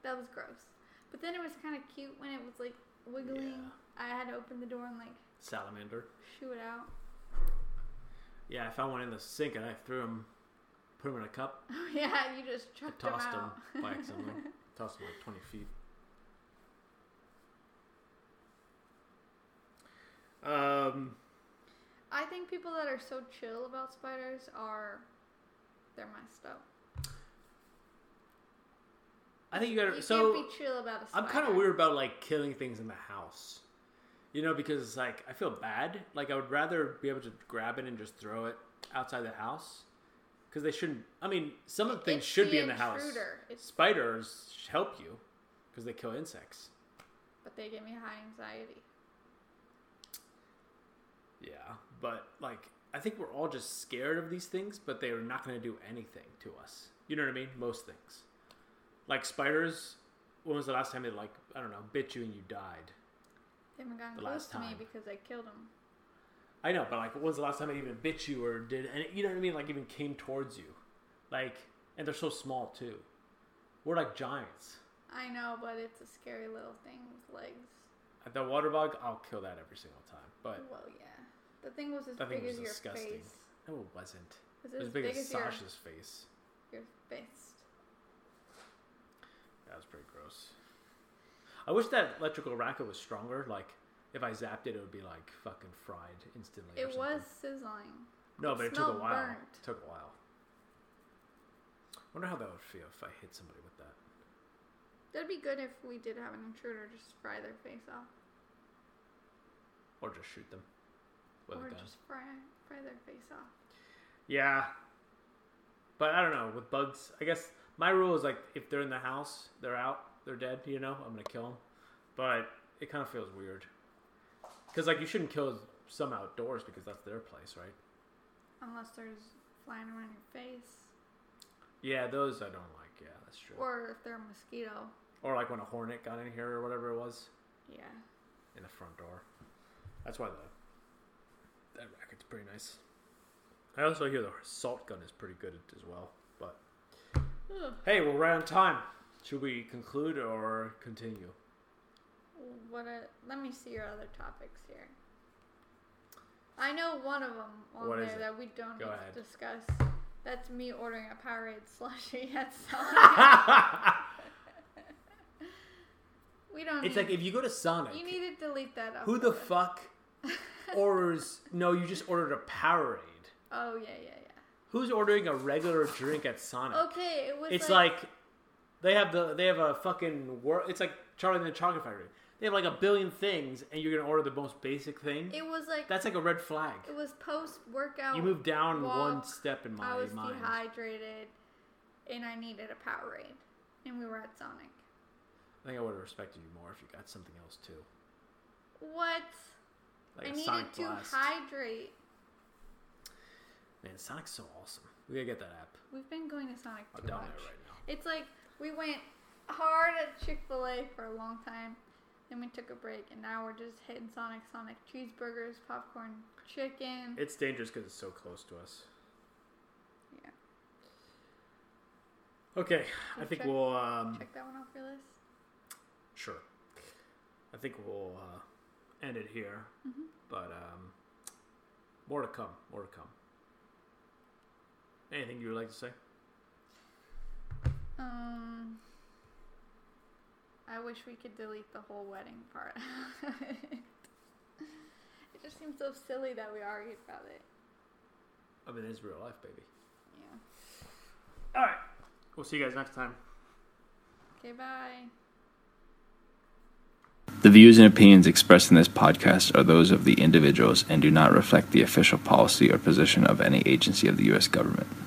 Speaker 2: That was gross. But then it was kind of cute when it was like wiggling.
Speaker 3: Yeah.
Speaker 2: I had to open the door and like
Speaker 3: Salamander.
Speaker 2: shoo it out.
Speaker 3: Yeah, I found one in the sink and I threw him, put him in a cup,
Speaker 2: Oh yeah, you just
Speaker 3: I
Speaker 2: chucked
Speaker 3: tossed
Speaker 2: them out.
Speaker 3: him by accident. tossed him like 20 feet. Um,
Speaker 2: I think people that are so chill about spiders are they're messed up.
Speaker 3: I think you
Speaker 2: You
Speaker 3: gotta. so
Speaker 2: can't be chill about a spider.
Speaker 3: I'm kind of weird about like killing things in the house, you know, because it's like I feel bad. Like I would rather be able to grab it and just throw it outside the house because they shouldn't. I mean, some of the things
Speaker 2: It's
Speaker 3: should
Speaker 2: the
Speaker 3: be in the house.
Speaker 2: intruder. It's-
Speaker 3: Spiders help you because they kill insects.
Speaker 2: but they give me high anxiety.
Speaker 3: Yeah, but like I think we're all just scared of these things, but they are not going to do anything to us. You know what I mean? Most things, like spiders. When was the last time they like I don't know bit you and you died?
Speaker 2: They haven't gotten
Speaker 3: The
Speaker 2: close
Speaker 3: last
Speaker 2: to me
Speaker 3: time.
Speaker 2: because I killed them.
Speaker 3: I know, but like when was the last time it even bit you or did and you know what I mean? Like even came towards you, like and they're so small too. We're like giants.
Speaker 2: I know, but it's a scary little thing with legs.
Speaker 3: At the water bug, I'll kill that every single time. But
Speaker 2: Well, yeah. The thing was as
Speaker 3: that
Speaker 2: big
Speaker 3: thing was
Speaker 2: as your
Speaker 3: disgusting.
Speaker 2: face.
Speaker 3: No, it wasn't.
Speaker 2: Was
Speaker 3: It was
Speaker 2: as
Speaker 3: big,
Speaker 2: big
Speaker 3: as,
Speaker 2: as your-
Speaker 3: Sasha's face.
Speaker 2: Your fist.
Speaker 3: That was pretty gross. I wish that electrical racket was stronger. Like, if I zapped it, it would be like fucking fried instantly. or
Speaker 2: It
Speaker 3: something.
Speaker 2: was sizzling.
Speaker 3: No,
Speaker 2: it
Speaker 3: but it took a
Speaker 2: smelled
Speaker 3: while.
Speaker 2: burnt.
Speaker 3: It took a while. wonder how that would feel if I hit somebody with that.
Speaker 2: That'd be good if we did have an intruder just fry their face off.
Speaker 3: Or just shoot them. with
Speaker 2: or
Speaker 3: them.
Speaker 2: just fry, fry their face off.
Speaker 3: Yeah. But I don't know. With bugs, I guess my rule is like if they're in the house, they're out, they're dead, you know, I'm going to kill them. But it kind of feels weird. Because, like, you shouldn't kill some outdoors because that's their place, right?
Speaker 2: Unless there's flying around your face.
Speaker 3: Yeah, those I don't like. Yeah, that's true. Or,
Speaker 2: Or if they're a mosquito.
Speaker 3: like when a hornet got in here or whatever it was
Speaker 2: Yeah.
Speaker 3: in the front door. That's why the, that racket's pretty nice. I also hear the salt gun is pretty good as well. But hey, we're right on time. Should we conclude or continue?
Speaker 2: What a, let me see your other topics here. I know one of them on
Speaker 3: What is
Speaker 2: there
Speaker 3: it?
Speaker 2: that we don't
Speaker 3: Go
Speaker 2: need
Speaker 3: ahead.
Speaker 2: to discuss. That's me ordering a Powerade slushie at Sonic. we don't.
Speaker 3: it's like
Speaker 2: need,
Speaker 3: if you go to Sonic,
Speaker 2: you need to delete that. Off
Speaker 3: who the
Speaker 2: list.
Speaker 3: fuck orders? No, you just ordered a Powerade.
Speaker 2: Oh yeah, yeah, yeah.
Speaker 3: Who's ordering a regular drink at
Speaker 2: Oh,
Speaker 3: Sonic?
Speaker 2: Okay, it was.
Speaker 3: It's like, they have the they have a fucking wor It's like Charlie and the Chocolate Factory. They have like a billion things, and you're gonna order the most basic thing.
Speaker 2: it was like
Speaker 3: That's like a red flag.
Speaker 2: it was post workout.
Speaker 3: You move down one
Speaker 2: walk.
Speaker 3: step in my
Speaker 2: I was
Speaker 3: mind.
Speaker 2: dehydrated, and I needed a Powerade, and we were at Sonic.
Speaker 3: I think I would have respected you more if you got something else too,
Speaker 2: What?
Speaker 3: like
Speaker 2: I
Speaker 3: a
Speaker 2: needed
Speaker 3: Sonic
Speaker 2: to
Speaker 3: Blast.
Speaker 2: hydrate.
Speaker 3: Man, Sonic's so awesome. We gotta get that app.
Speaker 2: We've been going to Sonic
Speaker 3: I'm
Speaker 2: too much.
Speaker 3: down there right now.
Speaker 2: It's like we went hard at Chick Fil A for a long time, then we took a break, and now we're just hitting Sonic, Sonic cheeseburgers, popcorn, chicken.
Speaker 3: It's dangerous because it's so close to us.
Speaker 2: yeah,
Speaker 3: Okay, I
Speaker 2: Wanna
Speaker 3: think
Speaker 2: check-
Speaker 3: we'll. Um,
Speaker 2: check that one off your list.
Speaker 3: sure. I think we'll uh, end it here.
Speaker 2: Mm-hmm.
Speaker 3: But um, more to come. More to come. Anything you would like to say?
Speaker 2: Um, I wish we could delete the whole wedding part. it just seems so silly that we argued about it.
Speaker 3: I mean, it's real life, baby.
Speaker 2: Yeah.
Speaker 3: All right. We'll see you guys next time.
Speaker 2: Okay. Bye.
Speaker 4: The views and opinions expressed in this podcast are those of the individuals and do not reflect the official policy or position of any agency of the U.S. government.